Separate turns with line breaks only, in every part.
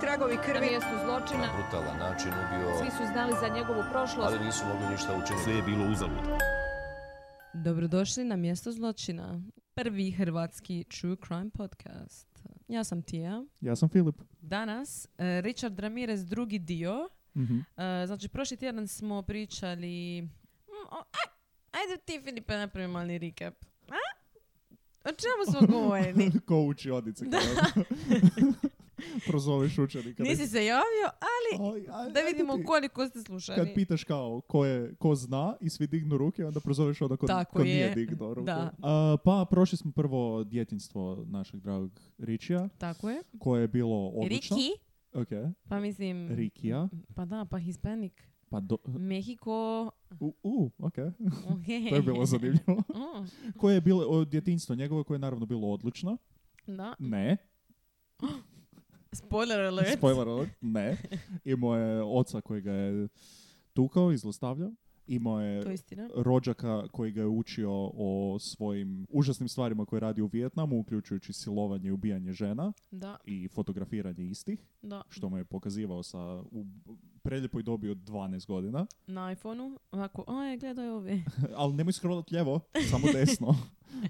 tragovi
na
krvi.
mjestu zločina.
brutalan način ubio,
Svi su znali za njegovu prošlost.
ali nisu mogli ništa učiniti.
Sve je bilo uzalud.
Dobrodošli na mjesto zločina, prvi hrvatski true crime podcast. Ja sam Tija.
Ja sam Filip.
Danas e, Richard Ramirez drugi dio.
Mhm.
E, znači prošli tjedan smo pričali... Mm, o- a- ajde ti Filipe napravi mali recap. A? O čemu smo govorili?
Ko uči odice. Prozoveš učenika.
Nisi se javio, ali
Aj, aj,
da
ajde
vidimo
ti.
koliko ste slušali.
Kad pitaš kao ko, je, ko zna i svi dignu ruke, onda prozoveš ono ko,
Tako
ko nije
je.
dignuo ruku.
Da.
A, pa prošli smo prvo djetinstvo našeg dragog Ričija,
Tako je.
koje je bilo odlično.
Riki,
Ok.
pa mislim...
Rikija.
Pa da, pa Hispanic.
Pa do...
Mm. Mehiko.
U, u, ok. to je bilo zanimljivo.
Mm,
koje je bilo o, djetinjstvo njegovo koje je naravno bilo odlično.
da.
Ne.
Spoiler alert.
Spoiler alert, ne. Imao je oca koji ga je tukao i zlostavljao. Imao je
To je istina.
rođaka koji ga je učio o svojim užasnim stvarima koje radi u Vijetnamu, uključujući silovanje i ubijanje žena
Da,
i fotografiranje istih,
da.
što mu je pokazivao sa u preljepoj dobi od 12 godina.
Na iPhoneu. Ovako, aj, gledaj ove.
ali nemoj scrollat lijevo, samo desno.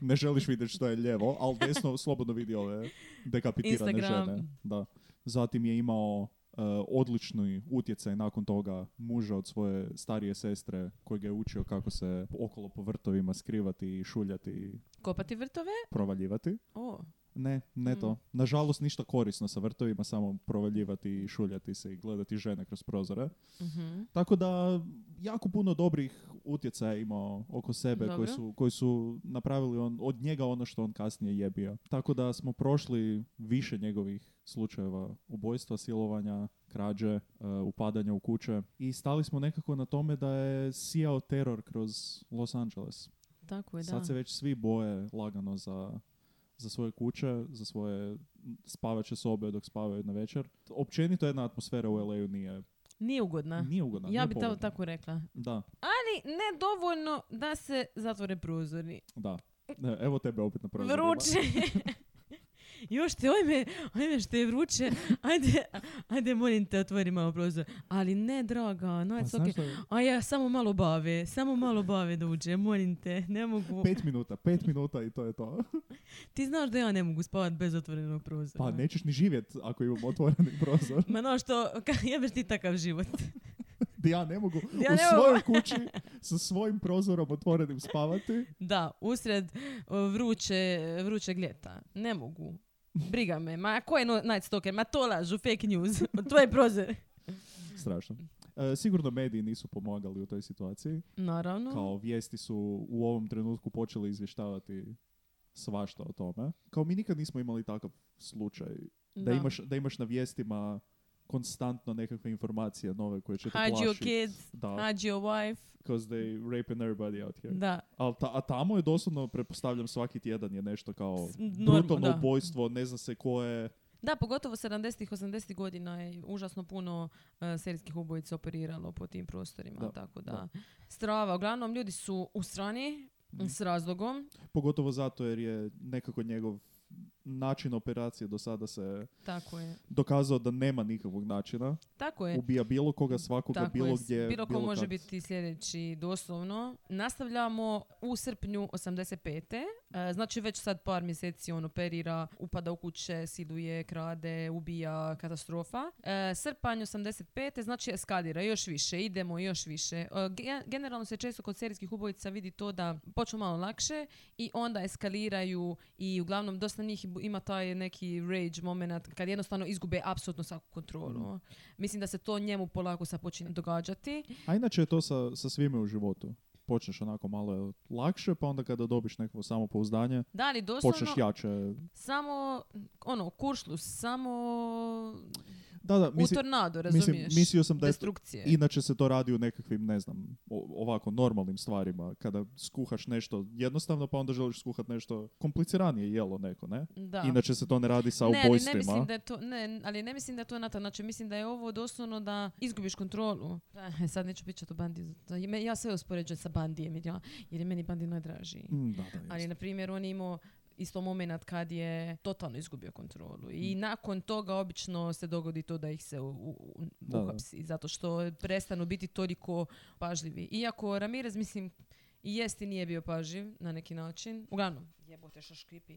ne želiš vidjeti što je lijevo, ali desno slobodno vidi ove dekapitirane
Instagram.
žene. Da. Zatim je imao e, odlični utjecaj nakon toga muža od svoje starije sestre koji ga je učio kako se okolo po vrtovima skrivati i šuljati i
Kopati vrtove?
provaljivati.
O,
Ne, ne to.
Mm.
Nažalost ništa korisno sa vrtovima, samo provaljivati i šuljati se i gledati žene kroz prozore.
mhm.
Tako da jako puno dobrih utjecaja je imao oko sebe koji
Dobro.
su, koji su napravili on, od njega ono što on kasnije je bio. Tako da smo prošli više njegovih slučajeva ubojstva, silovanja, krađe, e, upadanja u kuće i stali smo nekako na tome da je sijao teror kroz Los Angeles.
tako je, da.
Sad se već svi boje lagano za, za svoje kuće, za svoje spavaće sobe dok spavaju na večer. Općenito jedna atmosfera u LA-u nije,
Nije ugodna.
nije ugodna.
Ah, ja
nije
bi to
povoljna.
tako rekla.
Da.
Ali ne dovoljno da se zatvore prozori.
Da. E, Evo tebe opet na prozorima.
Vruće. Još te, ojme, ojme što je vruće. Ajde, ajde, molim te, otvori malo prozor. Ali ne, draga, no,
Pa
it's
znaš
okay.
šta je?
A ja, samo malo bave, samo malo bave da uđem, molim te, ne mogu.
Pet minuta, pet minuta i to je to.
Ti znaš da ja ne mogu spavat bez otvorenog prozora.
Pa nećeš ni živjet ako imamo otvoreni prozor.
Ma no što, ka, jebeš ti takav život.
Da ja ne mogu
Ja
u
ne mogu.
svojoj kući sa svojim prozorom otvorenim spavati.
Da, usred o, vruće, vrućeg ljeta. Ne mogu. Briga me. Ma ko je no, Night Stalker? Ma to lažu, fake news. Tvoj prozor.
Strašno. E, sigurno mediji nisu pomagali u toj situaciji.
Naravno.
Kao vijesti su u ovom trenutku počeli izvještavati svašta o tome. Kao mi nikad nismo imali takav slučaj. Da, imaš, da imaš na vijestima konstantno nekakve informacije nove koje će te
Hide your
plašiti.
kids,
Da.
hide your wife.
because they raping everybody out here.
Da.
Al ta, a tamo je doslovno, pretpostavljam, svaki tjedan je nešto kao
S- norm-
brutalno
da.
ubojstvo, ne zna se ko je.
Da, pogotovo 70-ih, 80-ih godina je užasno puno e, serijskih ubojica operiralo po tim prostorima,
Da,
tako da.
da.
Strava, uglavnom ljudi su u strani
Mhm.
s razlogom,
Pogotovo zato jer je nekako njegov način operacije do sada se
tako je.
dokazao da nema nikakvog načina.
Tako je.
Ubija bilo koga, svakoga,
E. Tako
bilo
je,
gdje.
bilo ko može
kad.
biti sljedeći doslovno. Nastavljamo u srpnju 85. E, znači već sad par mjeseci on operira, upada u kuće, siluje, krade, ubija, katastrofa. E, srpanj 85. znači eskalira još više, idemo još više. E, ge- generalno se često kod serijskih ubojica vidi to da počnu malo lakše i onda eskaliraju i uglavnom dosta njih ima taj neki rage moment kad jednostavno izgube apsolutno svaku
Mm.
kontrolu. Mislim da se to njemu polako sad počinje događati.
A inače je to sa, sa svime u životu. Počneš onako malo lakše, pa onda kada dobiš nekakvo samopouzdanje,
Da li doslovno
počneš jače.
samo ono kuršlus, samo
Da, da,
u
mislim,
tornado, razumiješ?
mislim, mislio sam da je to-
Destrukcije.
Inače se to radi u nekakvim, ne znam, o- ovako normalnim stvarima. Kada skuhaš nešto jednostavno, pa onda želiš skuhat nešto kompliciranije jelo neko, ne?
Da.
Inače se to ne radi sa
ne, ali ne
ubojstvima.
mislim da je to, ne, ali ne mislim da je to na taj način. Mislim da je ovo doslovno da izgubiš kontrolu. Eh, sad neću pričati o bandiju. Ja sve uspoređujem sa bandijem jer, ja, jer je meni bandi najdraži.
Mm, da, da,
Ali,
jest.
na primjer, on je imao isto moment kad je totalno izgubio kontrolu. I
Mm.
nakon toga obično se dogodi to da ih se u, u,
Da, da.
uhapsi, zato što prestanu biti toliko pažljivi. Iako Ramirez, mislim, i jest i nije bio pažljiv na neki način. Uglavnom, jebote što škripi.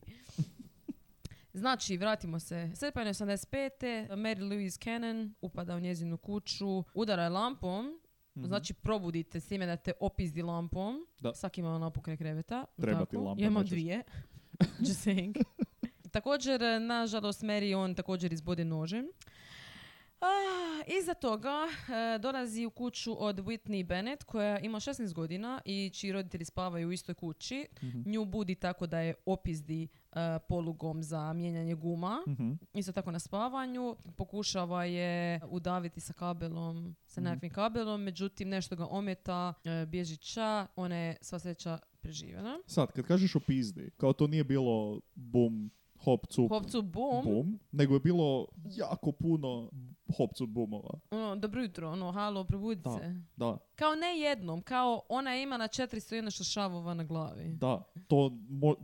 Znači, vratimo se. Srpanj 85. Mary Louise Cannon upada u njezinu kuću, udara je lampom,
Mhm.
znači probudite s time da te opizdi lampom.
Da.
Svaki ima lampu kraj kreveta. jel
Treba
tako?
ti lampa,
Ja imam
nećeš-
dvije. Just saying. također, nažalost, Mary on također izbode nožem. Ah, iza toga e, dolazi u kuću od Whitney Bennett koja ima 16 godina i čiji roditelji spavaju u istoj kući.
Mhm.
Nju budi tako da je opizdi e, polugom za mijenjanje guma.
Mhm.
Isto tako na spavanju. Pokušava je udaviti sa kabelom, sa
Mhm.
nekakvim kabelom, međutim nešto ga ometa, e, bježi ča, ona je sva sreća preživjena.
Sad, kad kažeš o pizdi, kao to nije bilo bum, hop, cup,
Hopcu bum,
bum, nego je bilo jako puno hop, cup, bumova.
ono, dobro jutro, ono, halo, probudi
Da.
se.
Da,
Kao ne jednom, kao ona je imala 400 i nešto šavova na glavi.
da, to, mo-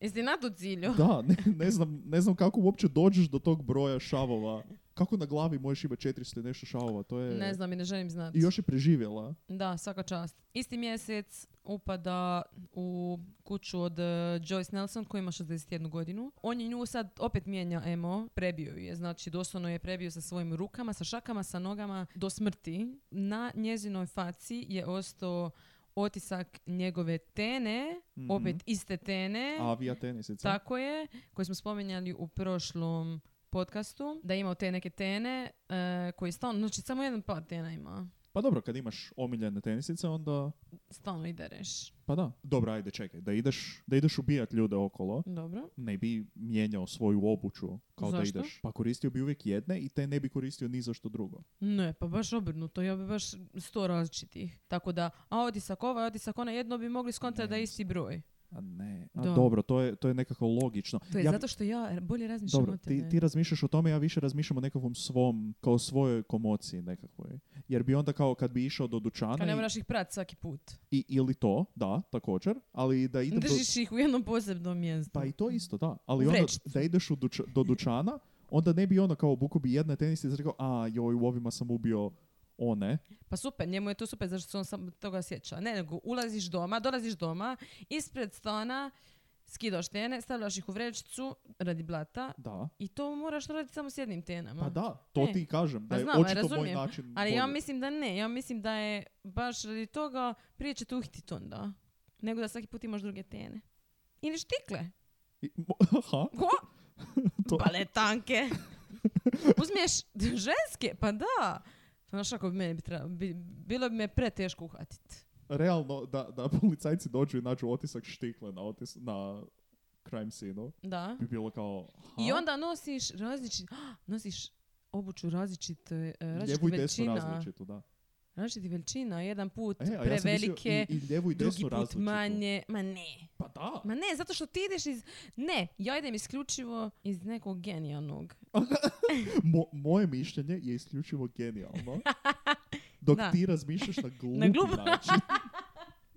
Jesi na to cilju?
da, ne, ne znam, ne znam kako uopće dođeš do tog broja šavova. Kako na glavi možeš imati 400 i nešto šavova, to je...
Ne znam i ne želim znati.
E, I još je preživjela.
Da, svaka čast. Isti mjesec upada u kuću od eh, Joyce Nelson koja ima 61 godinu. On je nju sad opet mijenja emo, prebio ju je, znači doslovno je prebio sa svojim rukama, sa šakama, sa nogama do smrti. Na njezinoj faci je ostao otisak njegove tene,
Mhm.
opet iste tene.
Avija tenisica.
Tako je, koji smo spominjali u prošlom podcastu, da je imao te neke tene eh, koji stalno, znači samo jedan par tena ima,
Pa dobro, kad imaš omiljene tenisice, onda...
stalno i dereš.
Pa da. Dobro, ajde, čekaj. Da ideš, da ideš ubijat ljude okolo,
Dobro.
ne bi mijenjao svoju obuću kao
Zašto?
da ideš. Pa koristio bi uvijek jedne i te ne bi koristio ni za što drugo.
Ne, pa baš obrnuto, ja bi baš sto različitih. Tako da, a otisak ovaj, otisak onaj, jedno bi mogli skontati da je isti broj.
A ne. A
Da.
dobro, to je, to je nekako logično.
To je
Ja bi-
zato što ja bolje razmišljam
Dobro,
o
ti, ti razmišljaš o tome, ja više razmišljam o nekakvom svom, kao svojoj komociji nekakvoj. Jer bi onda kao kad bi išao do
Kad ne
dućana i,
moraš ih prati svaki put.
i- ili to, da, također, ali da idem do,
Držiš ih u jednom posebnom mjestu.
Pa i to isto, da. Ali onda
Mhm. Vrećicu.
da ideš u duća- do dućana, onda ne bi ono kao buku bi jedne tenisice i rekao, a joj, u ovima sam ubio one.
Pa super, njemu je to super zašto se on sam toga sjeća. Ne, nego ulaziš doma, dolaziš doma, ispred stana skidaš tene, stavljaš ih u vrećicu radi blata
Da.
i to moraš raditi samo s jednim tenama.
Pa da, to
E.
ti kažem, da
Pa
je
znam, ali
očito moj
razumijem.
način
Ali ja
bolji.
mislim da ne, ja mislim da je baš radi toga prije će te uhititi onda. Nego da svaki put imaš druge tene. Ili štikle.
I- mo- Aha,
Ko?
To-
Baletanke. Uzmiješ ženske, pa da. Pa Znaš, ako bi meni bi trebalo, bi- bilo bi me preteško uhvatiti.
realno, da, da policajci dođu i nađu otisak štikle na, otis, na crime scene
Da.
bi bilo kao, aha,
I onda nosiš različit, nosiš obuću različite, e, različitih
lijevu i desnu
veličina.
različito, da.
Različitih veličina, jedan put
E, a ja sam
prevelike,
mislio i, i lijevu i
drugi
desnu
put
različito.
manje. Ma ne,
Pa da.
ma ne, zato što ti ideš iz... Ne, ja idem isključivo iz nekog genijalnog.
Mo- moje mišljenje je isključivo genijalno. Dok
Da.
ti razmišljaš na glupi
glup.
način.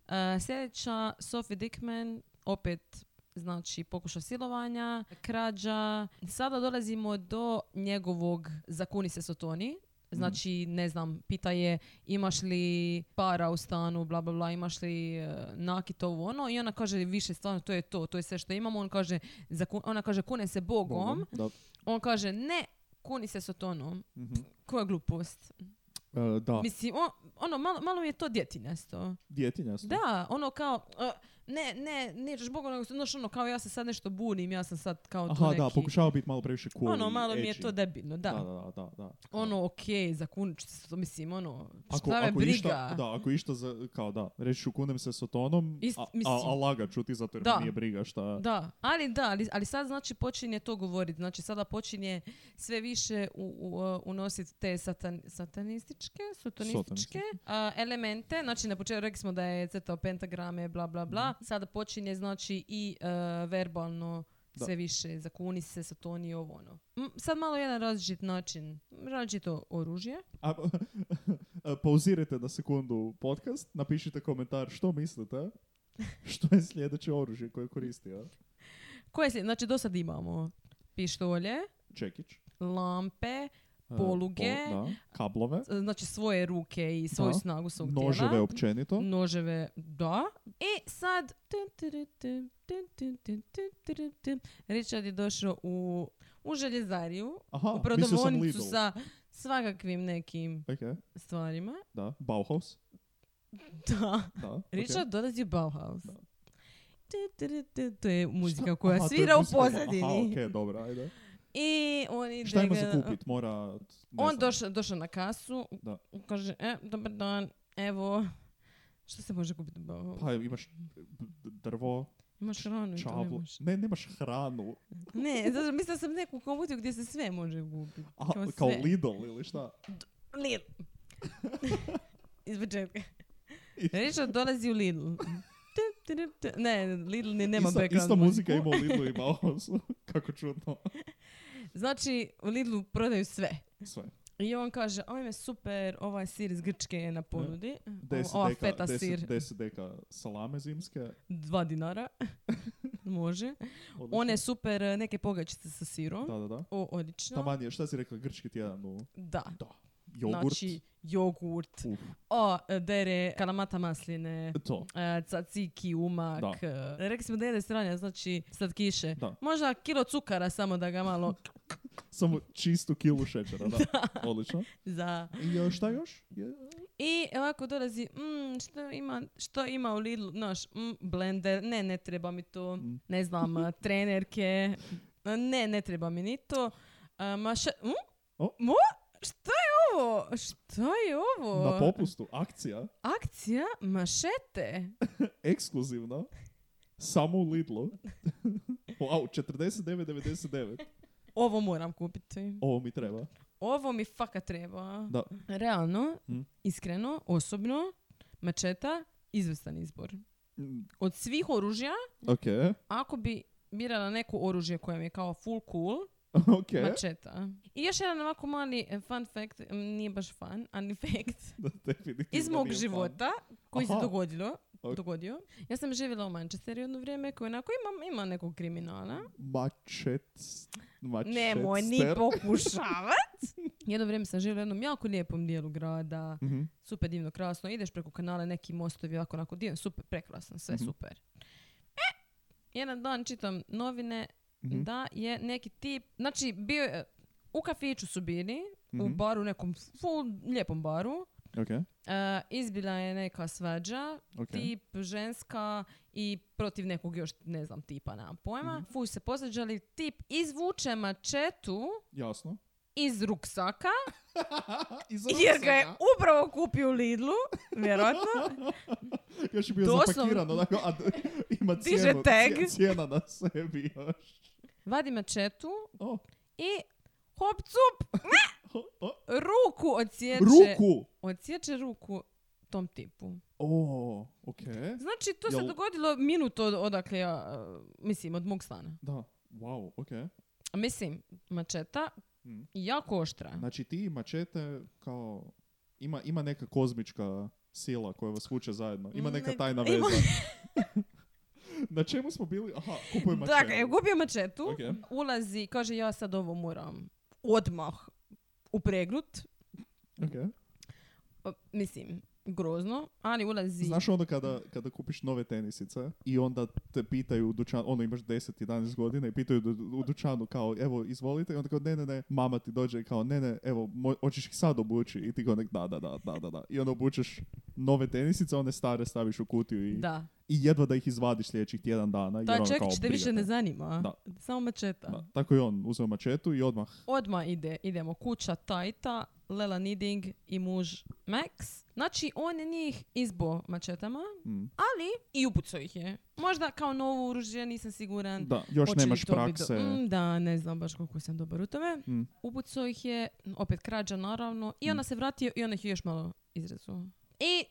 E, sljedeća, Sophie Dickman, opet znači pokušaj silovanja, krađa. Sada dolazimo do njegovog zakuni se sotoni. Znači, ne znam, pita je imaš li para u stanu, bla, bla, bla, imaš li e, nakit ovo, ono. I ona kaže više stvarno, to je to, to je sve što imamo. On kaže, zaku- ona kaže kune se Bogom.
Bogom, da.
On kaže ne, kuni se sotonom.
Mhm.
Koja glupost.
E, da,
Mislim, on- ono, malo, malo mi je to djetinjasto.
djetinjasto.
Da, ono kao, "E, ne, ne, nećeš Boga, nego znaš ono kao ja se sad nešto bunim, ja sam sad kao tu
Aha,
neki...
da, pokušava biti malo previše cool.
Ono,
i
malo mi je
edgy.
to debilno, da.
Da, da, da, da.
Ono, okej, zakunit ću se, mislim, ono,
Ako,
šta me
ako
briga.
Išta, da, ako išta, za, kao da, reći ću kunem se s otonom,
Ist-
a, a,
mislim.
a lagat ću ti zato jer
Da.
mi nije briga šta...
Da, ali da, ali, ali sad znači počinje to govoriti, znači sada počinje sve više u, u, e, unositi te satan, satanističke, sotonističke a, elemente, znači na početku rekli smo da je crtao pentagrame, bla bla bla,
Mhm.
sada počinje znači i e, verbalno
Da.
sve više, zakuni se, satoni ovo ono. M, sad malo jedan različit način, različito oružje.
A, pauzirajte na sekundu podcast, napišite komentar što mislite, što je sljedeće oružje koje je koristio.
Koje sli- Znači, do sad imamo pištolje,
Čekić. e,
lampe, Poluge.
pol- E, da, kablove.
znači svoje ruke i svoju
Da.
snagu svog
Noževe
tijela.
općenito.
Mm. Noževe, da. I sad... tun, turu, tun, tun, tun, tun, tun, turu, tun. Richard je došao u, u željezariju,
Aha,
u
mislio sam
prodavonicu
Lidl.
sa svakakvim nekim
Ok,
stvarima.
da. Bauhaus.
Da.
Da, ok.
Richard dolazi u Bauhaus.
Da.
Tu, tu, tu, tu, To je muzika
Šta?
koja
Aha, to je
svira u
muzika koja-
pozadini.
Aha, okej, dobro, ajde.
I on ide...
Šta ima
ga-
za kupit? Mora... ne
On
znam.
došao, došao na kasu,
Da.
kaže, e, dobar dan, evo, što se može kupiti u Bauhausu?
Pa imaš d- drvo,
Imaš hranu i to
čavlu.
nemaš.
Ne, nemaš hranu.
Ne, zato mislila sam neku komutiju gdje se sve može kupiti.
A,
kao
kao
sve.
Lidl ili šta?
Lidl. Iz početka. Richard dolazi u Lidl. Tup, tup, tup. Ne, Lidl ni nema
Ista,
background
ista muzika ima
muziku.
u Lidlu i Bauhausu. Kako čudno.
Znači, u Lidlu prodaju sve.
Sve.
I on kaže, ajme super, ovaj sir iz Grčke je na ponudi.
Deset
Ova
deka,
feta sir,
deset, deset deka salame zimske.
dva dinara. Može.
odlično.
One super, e, neke pogačice sa sirom.
Da, da, da.
O, odlično.
Taman je, šta si rekla, grčki tjedan u
Da.
jogurt?
Znači, jogurt.
Uf,
O, e, dere, kalamata masline.
to.
e, Caciki, umak.
Da.
e, Rekli smo da jede strane, znači sad kiše.
Da.
Možda kilo cukara samo da ga malo
Samo čistu kilu šećera, da. Odlično.
za...
I e, šta još? Je-
I ovako dolazi, mm, što, ima, što ima u Lidlu? Naš mm, blender, ne, ne treba mi to.
Mm.
Ne znam, a, trenerke. A, Ne, ne treba mi ni to. A, maše... Mm?
O.
Mo? Što je ovo? Što je ovo?
Na popustu, akcija,
Akcija mašete.
ekskluzivno, samo u Lidlu. wow, 49,99.
Ovo moram kupiti.
Ovo mi treba.
Ovo mi faka treba.
Da.
Realno,
Mm.
iskreno, osobno, mačeta, izvrstan izbor.
Mm,
Od svih oružja,
Ok,
ako bi birala neko oružje koje mi je kao full cool,
ok.
mačeta. I još jedan ovako mali eh, fun fact, mm, nije baš fun, ali fact,
Da, definitivno
iz mog
nije fan.
života koji se
Aha.
dogodilo,
Ok.
dogodio. Ja sam živjela u Manchesteru jedno vrijeme koji onako ima, ima nekog kriminala.
Mačet... Mačetster.
Nemoj ni pokušavat. Jedno vrijeme sam živjela u jednom jako lijepom dijelu grada,
Mhm.
super divno, krasno, ideš preko kanala, neki mostovi, ovako, onako, divno, super, prekrasno, sve
Mhm.
super. E, jedan dan čitam novine
Mhm.
da je neki tip, znači bio je, u kafiću su bili, u
Mhm.
baru, nekom full lijepom baru,
Ok,
e, izbila je neka svađa,
ok.
tip ženska i protiv nekog još, ne znam, tipa, nemam pojma.
Mhm.
Fuj se posvađali, tip izvuče mačetu
Jasno.
iz ruksaka,
Iz
jer ga je
ruksaka.
upravo kupio u Lidlu, vjerojatno.
Još je bio
Doslovno-
zapakiran, onako, a d- ima
Diže
cijenu,
tag.
cij- cijena na sebi još.
Vadi mačetu
O,
i hop cup,
o, o.
ruku odsječe.
Ruku!
Odsječe ruku tom tipu.
O, ok.
Znači, to se
Jel-
dogodilo minut od, odakle ja, uh, mislim, od mog stana.
Da, wow, ok.
Mislim, mačeta
Mm.
jako oštra.
Znači ti i mačete kao... Ima, ima neka kozmička sila koja vas vuče zajedno. Ima neka
Ne-
tajna
ima-
veza. na čemu smo bili? Aha, kupujem mačete.
Dakle, je gubio mačetu,
Ok.
ulazi, kaže ja sad ovo moram odmah upregnut.
Ok.
Pa, Mislim, grozno, ali ulazi.
Znaš ono kada, kada kupiš nove tenisice i onda te pitaju u dućanu, ono imaš 10-11 godina i pitaju du- u dućanu kao evo izvolite i onda kao ne ne ne, mama ti dođe i kao ne ne evo moj, hoćeš ih sad obući i ti kao nek da da da da da da i onda obučeš nove tenisice, one stare staviš u kutiju i,
Da.
i jedva da ih izvadiš sljedećih tjedan dana. jer
Taj
ono kao,
čekić te
briga
više ne zanima.
Da.
Samo mačeta.
Da, tako i on uzeo mačetu i odmah
Odmah ide, idemo kuća, tajta, Lela Niding i muž Max. Znači, on je njih izbo mačetama,
mm,
ali i upucao ih je. Možda kao novo oružje, nisam siguran.
da, još
Hoće li
nemaš
to biti
prakse.
do- Mm, da, ne znam baš koliko sam dobar u tome.
Mm.
Upucao ih je, opet krađa naravno, i onda se vratio i onda ih je još malo izrezao. I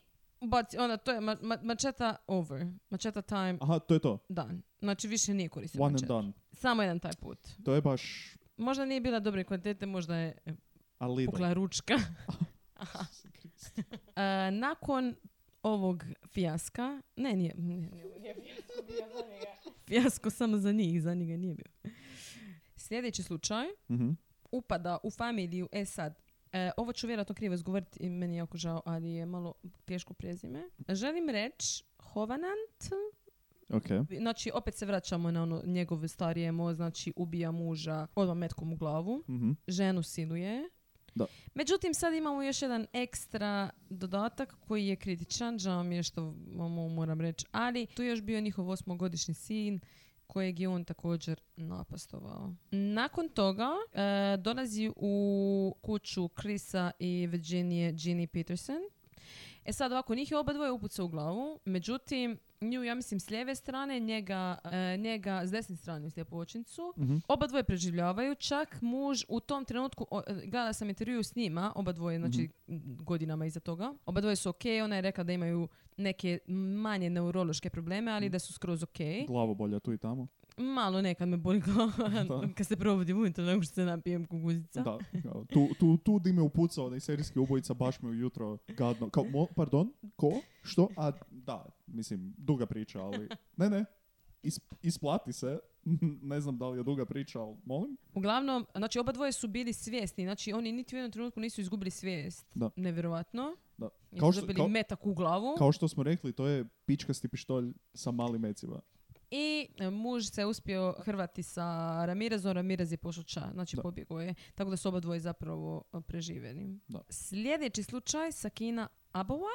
baci, onda to je ma- ma- mačeta over. Mačeta time
Aha, to je to.
dan. Znači više nije koristio
One and
mačetu.
done.
Samo jedan taj put.
To je baš
Možda nije bila dobre kvalitete, možda je e,
a Lidl.
pukla ručka. E, nakon ovog fijaska, ne, nije, ne, ne, ovo nije fijasko bio, fijasko samo za njih, za njega nije bio. Sljedeći slučaj
Mhm.
upada u familiju, e sad, e, ovo ću vjerojatno krivo izgovoriti i meni je jako žao, ali je malo teško prezime. Želim reći Hovanant,
Ok.
znači opet se vraćamo na ono njegov starije mo, znači ubija muža odmah metkom u glavu,
Mhm.
ženu siluje.
Da.
Međutim, sad imamo još jedan ekstra dodatak koji je kritičan, žao mi je što vam ovo moram reći, ali tu je još bio njihov osmogodišnji sin kojeg je on također napastovao. Nakon toga e, dolazi u kuću Krisa i Virginije Ginny Peterson. E sad ovako, njih je oba dvoje upucao u glavu, međutim, nju ja mislim s lijeve strane, njega, e, njega s desne strane u sljepočnicu.
Mhm.
Oba dvoje preživljavaju, čak muž u tom trenutku, o, e, gledala sam intervju s njima, oba dvoje, znači m, godinama iza toga, oba dvoje su ok, ona je rekla da imaju neke manje neurološke probleme, ali da su skroz ok.
Glavobolja tu i tamo.
Malo nekad me boli glava
Da.
kad se provodim ujutro nego što se napijem kukuzica.
Da. kao, Tu, tu, tu di me upucao onaj serijski ubojica baš me ujutro gadno. Kao, mo- pardon, ko? Što? A, da, mislim, duga priča, ali... Ne, ne, Is- isplati se. ne znam da li je duga priča, ali molim.
Uglavnom, znači oba dvoje su bili svjesni, znači oni niti u jednom trenutku nisu izgubili svijest.
Da.
Nevjerojatno.
Da. Kao
Nisu
što-
dobili
kao-
metak u glavu.
Kao što smo rekli, to je pičkasti pištolj sa malim mecima.
I e, muž se uspio hrvati sa Ramirezom, Ramirez je pošao ča, znači
Da.
pobjegao je. Tako da su oba dvoje zapravo e, preživjeli.
Da.
Sljedeći slučaj, Sakina Abova,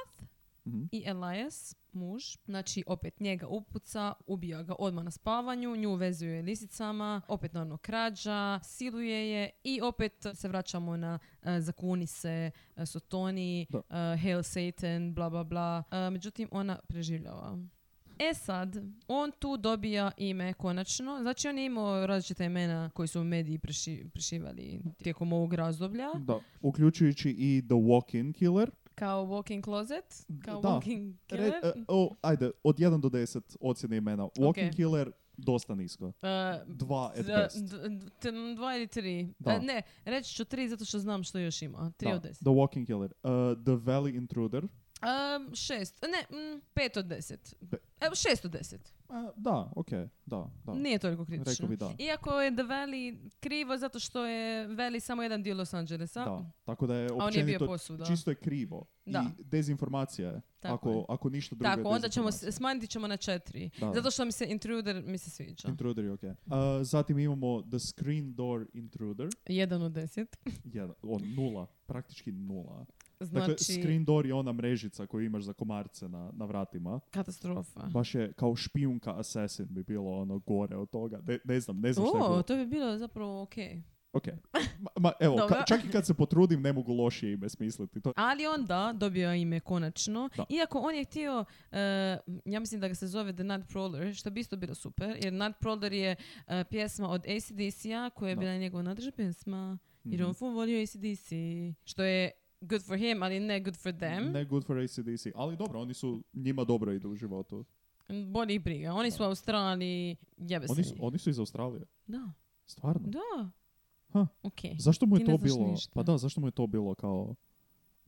Mhm.
i Elias, muž, znači opet njega upuca, ubija ga odmah na spavanju, nju vezuje lisicama, opet naravno krađa, siluje je i opet se vraćamo na e, zakuni se, e, sotoni,
Da.
e, hail Satan, bla bla bla. E, međutim, ona preživljava. E sad, on tu dobija ime konačno. Znači on je imao različita imena koji su mediji preši- prešivali tijekom ovog razdoblja.
Da, uključujući i The Walk-In Killer.
Kao walking closet, kao
Da.
walking killer.
Re- e, o, ajde, od 1 do 10 ocjene imena. Walk-In
Ok.
Killer dosta nisko.
E,
Dva at
Da,
best.
d- d- t- m, Dva ili tri.
Da.
E, Ne, reći ću tri zato što znam što još ima. Tri
Da,
od deset.
The Walking Killer. Uh, the Valley Intruder. E,
Ehm, šest. Ne, mm, pet od deset.
Pe-
Evo, šest od deset.
A, da, ok, da, da.
Nije toliko kritično.
Rekao bi da.
Iako je The Valley krivo zato što je Valley samo jedan dio Los Angelesa.
Da, tako da je
A on je bio
općenito
posuda.
čisto je krivo.
Da.
I dezinformacija je.
Tako
ako,
je.
ako ništa drugo je
Tako, onda ćemo,
dezinformacija.
s- smanjiti ćemo na četiri.
Da.
Zato što mi se Intruder mi se sviđa.
Intruder je okej. Uh, zatim imamo The Screen Door Intruder.
Jedan od deset.
Jedan, on, nula, praktički nula.
Znači,
Dakle, Screen Door je ona mrežica koju imaš za komarce na, na vratima.
katastrofa.
Baš je kao špijunka Assassin bi bilo ono gore od toga. Ne, ne znam, ne znam šta je bilo.
O, to bi bilo zapravo okej.
Ok. Ma, ma, evo,
Dobro.
ka- čak i kad se potrudim ne mogu lošije ime smisliti. To,
Ali onda dobio je ime konačno.
Da.
Iako on je htio, e, ja mislim da ga se zove The Nightcrawler, što bi isto bilo super, jer Nightcrawler je e, pjesma od ACDC-a koja je
Da.
bila njegova nadrža pjesma. Jer
Mhm.
on ful volio ACDC, što je good for him, ali ne good for them.
Hmm. Ne good for ACDC. Ali dobro, oni su, njima dobro idu u životu.
Boli ih briga. Oni su u Australiji, jebe se
Oni su,
njih.
oni su iz Australije.
Da,
Stvarno.
da.
Ha.
Ok.
Zašto mu je
Ti ne
to
znaš
bilo?
ništa.
Pa da, zašto mu je to bilo kao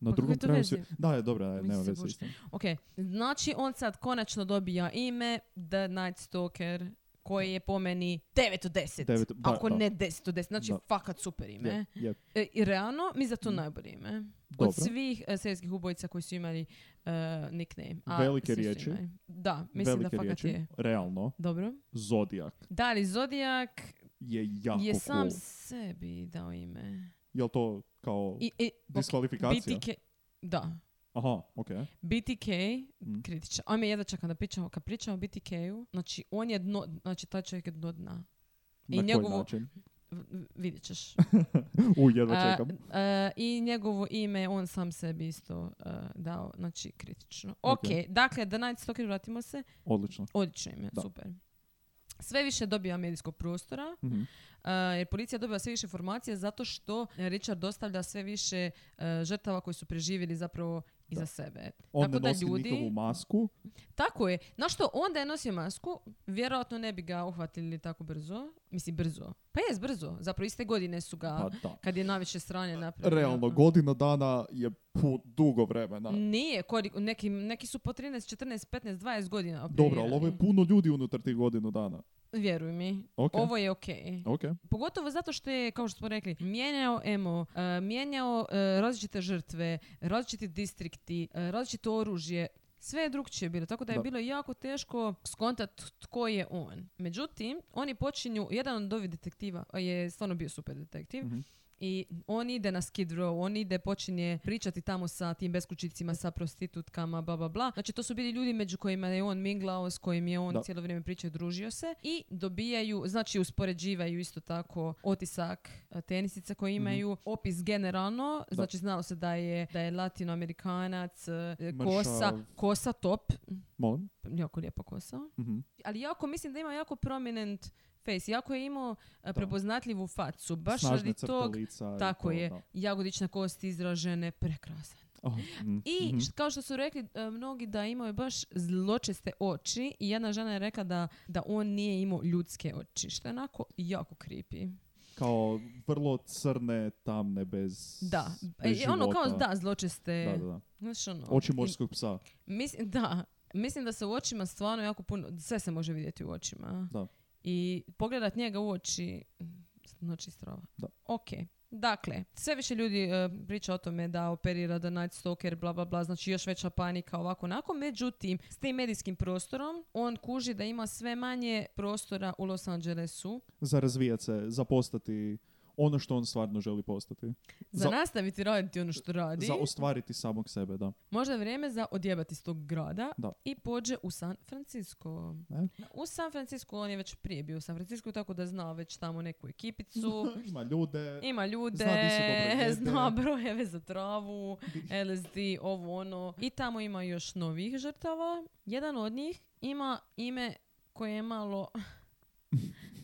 na
Pa
drugom
kakve to
kraju
veze?
svijeta? Da, je dobro, je,
Mislim
nema
se
veze.
Bože.
isto.
Ok, znači on sad konačno dobija ime The Night Stalker koji je po meni 9 od 10.
Devet, ba-
ako
da.
ne 10 od 10, znači
Da.
fakat super ime.
Je, je.
E, I realno mi za to najbolje ime.
Dobro.
Od svih e, serijskih ubojica koji su imali e, nickname.
Velike
svi su
riječi.
imali. Da, mislim
Velike
da fakat
riječi.
je.
Realno,
Dobro.
Zodijak
Da li Zodijak
je jako
je sam
cool.
sebi dao ime?
Jel to kao
I, i, ok,
diskvalifikacija?
BTK, da,
Aha, okej.
BTK,
Mm.
kritičan. Ajme, jedva čekam da pričamo. Kad pričamo o BTK-u, znači on je dno, znači taj čovjek je dno dna.
Na
I
koji
njegovo-
način?
V- v- vidjet ćeš.
U, jedva
A,
čekam.
a, I njegovo ime on sam sebi isto a, dao, znači kritično. Ok,
Ok.
dakle, The Night Stalker, vratimo se.
Odlično.
Odlično ime,
Da.
super. Sve više dobiva medijskog prostora,
Mhm.
a, jer policija dobiva sve više informacija zato što e, Richard dostavlja sve više e, žrtava koji su preživjeli zapravo iza
Da.
sebe.
On
Tako da
ne nosi
ljudi-
nikovu masku.
Tako je. Na što onda je nosio masku, vjerojatno ne bi ga uhvatili tako brzo. Mislim, brzo. Pa jes, brzo. Zapravo iste godine su ga,
Pa da.
kad je na više strane napravio.
Realno, godina dana je pu, dugo vremena.
Nije, koliko- neki, neki su po 13, 14, 15, 20 godina
Dobro, ali ovo
operirali.
je puno ljudi unutar tih godinu dana.
Vjeruj mi,
Ok,
ovo je okej.
ok.
Pogotovo zato što je, kao što smo rekli, mijenjao emo, e, mijenjao e, različite žrtve, različiti distrikti, e, različito oružje. Sve je drugčije bilo, tako da je
Da.
bilo jako teško skontat tko je on. Međutim, oni počinju, jedan od ovih detektiva je stvarno bio super detektiv,
Mhm.
i on ide na Skid Row, on ide, počinje pričati tamo sa tim beskućnicima, sa prostitutkama, bla, bla, bla. Znači, to su bili ljudi među kojima je on minglao, s kojim je on
Da.
cijelo vrijeme pričao, i družio se. I dobijaju, znači, uspoređivaju isto tako otisak e, tenisica koje
Mhm.
imaju, opis generalno, znači, znalo se da je, da je latinoamerikanac, e, kosa,
Mršav.
kosa top,
Molim.
jako lijepa kosa
Mhm.
ali jako mislim da ima jako prominent face, jako je imao e, prepoznatljivu facu, baš
Snažne
radi
crte
tog
lica i
tako
to,
je,
da.
jagodična kost izražene, prekrasan.
Oh, mm,
I
mhm.
št- kao što su rekli e, mnogi da imao je baš zločeste oči i jedna žena je rekla da, da on nije imao ljudske oči, što je onako jako creepy.
kao vrlo crne, tamne, bez
Da,
bez
E, ono kao
života.
da e. zločeste,
Da, da, da.
znaš ono.
Oči
I-
morskog psa.
Mislim, da. Mislim da se u očima stvarno jako puno, sve se može vidjeti u očima.
Da.
I pogledat njega u oči, znači strava.
Da.
Ok. Dakle, sve više ljudi e, priča o tome da operira The Night Stalker, bla, bla, bla, znači još veća panika, ovako, onako. Međutim, s tim medijskim prostorom, on kuži da ima sve manje prostora u Los Angelesu
Za razvijat se, za postati ono što on stvarno želi postati.
za,
Za-
nastaviti raditi ono što radi.
Za ostvariti samog sebe, da.
Možda je vrijeme za odjebati iz tog grada
Da.
i pođe u San Francisco.
Ne?
U San Francisco on je već prije bio u San Francisco, tako da zna već tamo neku ekipicu.
Ima ljude,
Ima ljude,
Zna di su dobre veze.
zna brojeve za travu, LSD, ovo ono. I tamo ima još novih žrtava. Jedan od njih ima ime koje je malo...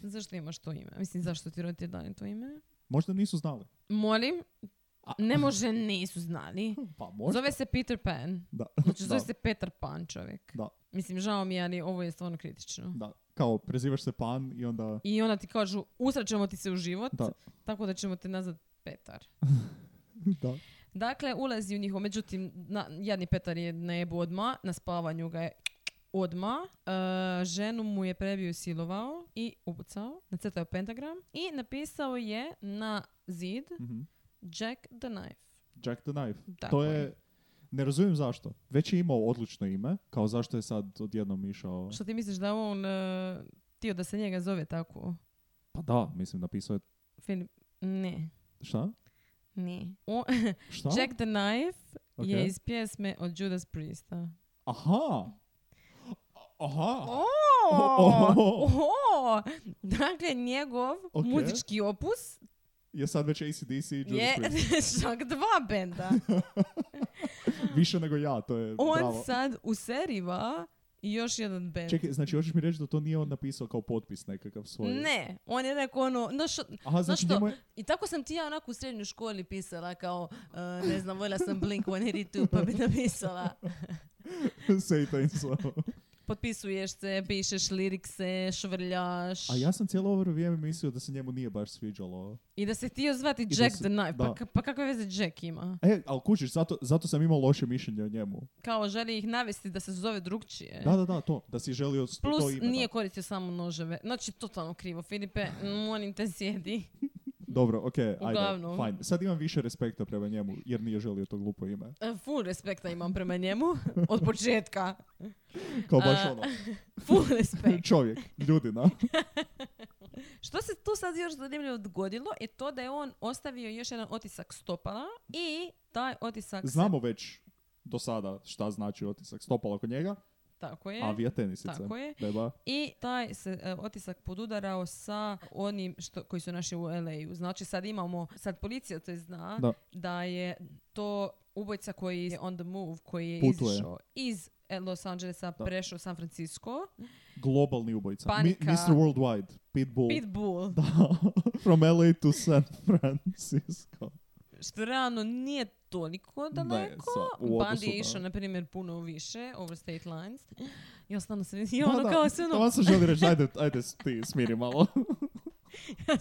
zašto imaš to ime? Mislim, zašto ti roditelji dali to ime?
možda nisu znali.
Molim,
A-
ne može, nisu znali.
Pa možda.
Zove se Peter Pan.
Da.
Znači,
Da.
zove se Petar Pan čovjek.
Da.
Mislim, žao mi je, ali ovo je stvarno kritično.
Da, kao prezivaš se pan i onda...
I onda ti kažu, usrećemo ti se u život,
Da,
tako da ćemo te nazvat Petar.
da.
Dakle, ulazi u njihov, međutim, na, jadni Petar je na jebu odma, na spavanju ga je odma. E, ženu mu je prebio i silovao i upucao. Nacrtao je pentagram i napisao je na zid
mhm.
Jack the Knife.
Jack the Knife.
Tako
to je... Ne razumijem zašto. Već je imao odlično ime, kao zašto je sad odjednom išao...
Što ti misliš da je on e, htio da se njega zove tako?
Pa da, mislim, napisao je...
Filip, ne,
Šta?
ne. O,
Šta?
Jack the Knife
Ok.
je iz pjesme od Judas Priesta.
Aha! Aha!
O!
O!
O! Dakle, njegov
Oh! Ok.
muzički opus
Je sad već ACDC i Judas
je
Priest.
čak dva benda.
Više nego ja, to je
On
bravo.
sad useriva još jedan bend.
Čekaj, znači hoćeš mi reći da to nije on napisao kao potpis nekakav svoj?
Ne, on je rekao ono, no što,
Aha,
Znaš
znači
što?
njemu je...
I tako sam ti ja onako u srednjoj školi pisala kao, e, ne znam, voljela sam Blink-182 pa bi napisala.
Satan so.
Potpisuješ se, pišeš lirikse, švrljaš.
A ja sam cijelo ovo vrijeme mislio da se njemu nije baš sviđalo.
I da se htio zvati
da
Jack
se-
the Knife. Pa,
da.
ka- pa kakve veze Jack ima?
E, ali kužiš, zato, zato sam imao loše mišljenje o njemu.
Kao želi ih navesti da se zove drugčije.
Da, da, da, to. Da si želio s-
E. Plus
to ime. da.
nije koristio samo noževe. Znači, totalno krivo. Filipe, molim te sjedi.
Dobro, okej,
Uglavnom.
ajde, fajn. Sad imam više respekta prema njemu, jer nije želio to glupo ime.
E, Full respekta imam prema njemu. Od početka.
Kao baš
A,
ono,
Full respekt.
čovjek, ljudina.
Što se tu sad još zanimljivo dogodilo je to da je on ostavio još jedan otisak stopala i taj otisak se-
Znamo već do sada šta znači otisak stopala kod njega,
Tako je.
a vija tenisice.
E, Tako je.
Beba.
I taj se e, otisak podudarao sa onim što, koji su naši u LA-u. Znači sad imamo, sad policija to zna da,
Da.
je to ubojca koji je on the move, koji je
Putuje.
izišao iz e, Los Angelesa, prešao u San Francisco.
Globalni ubojica.
Panika.
Mr. Worldwide. Pitbull.
Pitbull,
Da. From LA to San Francisco.
što realno nije toliko daleko.
sa-
Bandi
u odnosu
je
na-
išao, na primjer, puno više, over state lines. I ostano se vidi,
Da,
ono
da,
kao se ono,
taman sam želio reći, ajde, ajde ti smiri malo.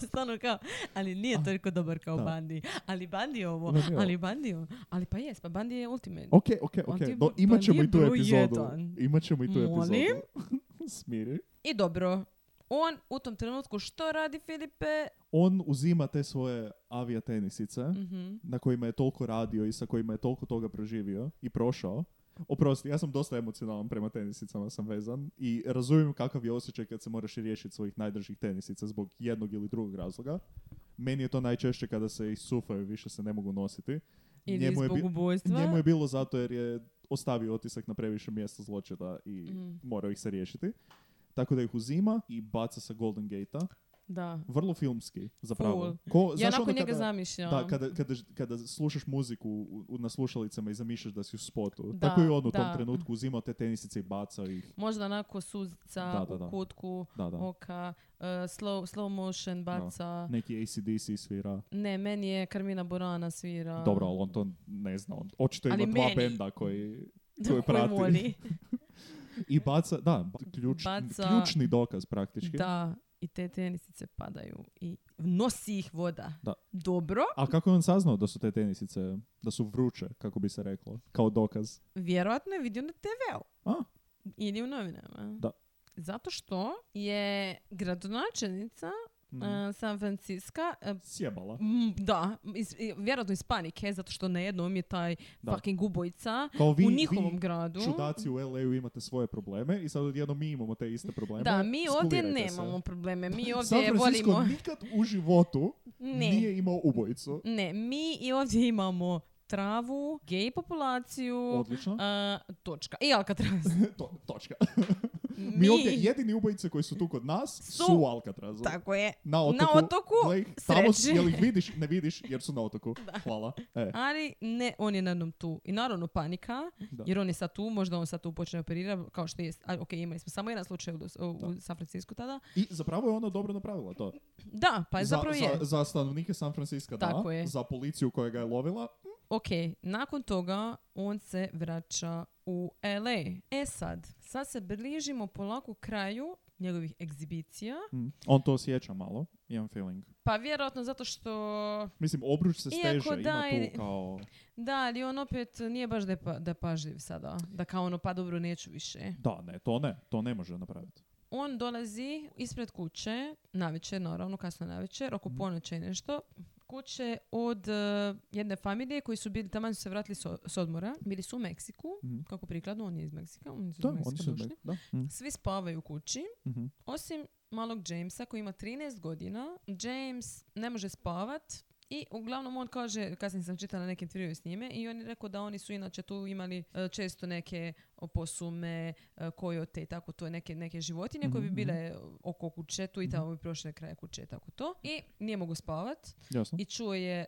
Stvarno kao, ali nije toliko dobar kao
Da.
Bandi. Ali Bandi je ovo,
Bandi je ovo.
ali Bandi je ovo. Ali pa jes, pa Bandi je ultimate.
Ok, ok, ok.
Bandi je
Do,
br-
imat
Bandi
ćemo
je
i tu
broj
epizodu.
jedan.
Imat ćemo i tu
Molim?
epizodu. Smiri.
I dobro, On u tom trenutku što radi Filipe?
On uzima te svoje avija tenisice
Mhm.
na kojima je toliko radio i sa kojima je toliko toga proživio i prošao. Oprosti, ja sam dosta emocionalan prema tenisicama sam vezan i razumijem kakav je osjećaj kad se moraš riješiti svojih najdržih tenisica zbog jednog ili drugog razloga. Meni je to najčešće kada se isufaju, više se ne mogu nositi.
Ili
Njemu je
zbog
bi-
ubojstva.
Njemu je bilo zato jer je ostavio otisak na previše mjesta zločina i
Mm.
morao ih se riješiti. Tako da ih uzima i baca sa Golden Gate-a.
Da.
Vrlo filmski, zapravo.
Full.
Ko,
Ja
znaš
onako
ono
njega
kada,
zamišljam.
da, kada, kada, kada slušaš muziku u- u- na slušalicama i zamišljaš da si u spotu.
Da,
Tako i on u
da.
tom trenutku uzimao te tenisice i bacao ih.
Možda onako suzica
Da, da, da.
u kutku
Da, da.
oka, e, slow, slow motion baca.
Neki ACDC svira.
Ne, meni je Karmina Borana svira.
Dobro, ali on to ne zna. On očito ima
Ali
dva
meni.
benda koji... koju prati.
voli.
I baca, da, ba- ključ-
Baca-
ključni dokaz praktički.
Da, i te tenisice padaju i nosi ih voda.
Da.
Dobro,
A kako je on saznao da su te tenisice, da su vruće, kako bi se reklo, kao dokaz?
vjerojatno je vidio na TV-u.
A.
Ili u novinama.
Da.
Zato što je gradonačelnica
Mhm.
e, San Franciska e,
Sjebala.
m, da, iz, i- vjerojatno iz panike, zato što na jednom je taj
Da.
fucking ubojica
Kao vi,
u njihovom
vi
gradu.
čudaci u LA-u imate svoje probleme i sad odjednom mi imamo te iste probleme.
Da, mi ovdje
Skulirajte se.
nemamo probleme. Mi
San
ovdje
Francisco
volimo...
nikad u životu
Ne,
nije imao ubojicu.
ne, mi i ovdje imamo travu, gej populaciju,
Odlično.
a, točka. I Alcatraz.
To- točka. Mi ovdje jedini ubojice koji su tu kod nas su,
Su-
u Alcatrazu.
Tako je.
Na otoku.
otoku,
gle ih, tamo s-
sreće.
jel ih vidiš? Ne vidiš jer su na otoku. Hvala. E,
Ali ne, on je na jednom tu. I naravno panika,
Da.
jer on je sad tu, možda on sad tu počne operira, kao što je, a, ok, imali smo samo jedan slučaj u, Los- u, u San Francisco tada.
I zapravo je ona dobro napravila to.
Da, pa je
za,
zapravo
za-
je.
za stanovnike San Francisco, da.
Tako je.
Za policiju koja ga je lovila,
Ok, nakon toga on se vraća u LA. E sad, sad se bližimo polako kraju njegovih egzibicija,
Mm. on to osjeća malo, imam feeling.
pa vjerojatno zato što
Mislim, obruč se steže,
Iako da,
ima
i-
tu kao...
Da, ali on opet nije baš da je, pa, da je pažljiv sada. Da kao ono, pa dobro, neću više.
Da, ne, to ne, to ne može napraviti.
On dolazi ispred kuće, navečer, naravno, kasno navečer, oko ponoći nešto. Kuće od eh, jedne familije koji su bili, taman su se vratili s, o- s odmora. Bili su u Meksiku,
Mhm.
kako prikladno, on je iz Meksika, oni su
Da,
iz Meksika
oni su...
došli.
Da. Mm,
Svi spavaju u kući,
mhm.
osim malog Jamesa koji ima 13 godina, James ne može spavat i uglavnom on kaže, kasnije sam čitala neke intervjue s njime i on je rekao da oni su inače tu imali e, često neke oposume, e, kojote i tako to, neke, neke životinje koje bi
Mhm,
bile oko kuće tu i tamo bi prošle kraje kuće i tako to. I nije mogu spavat
Jasno.
i čuo je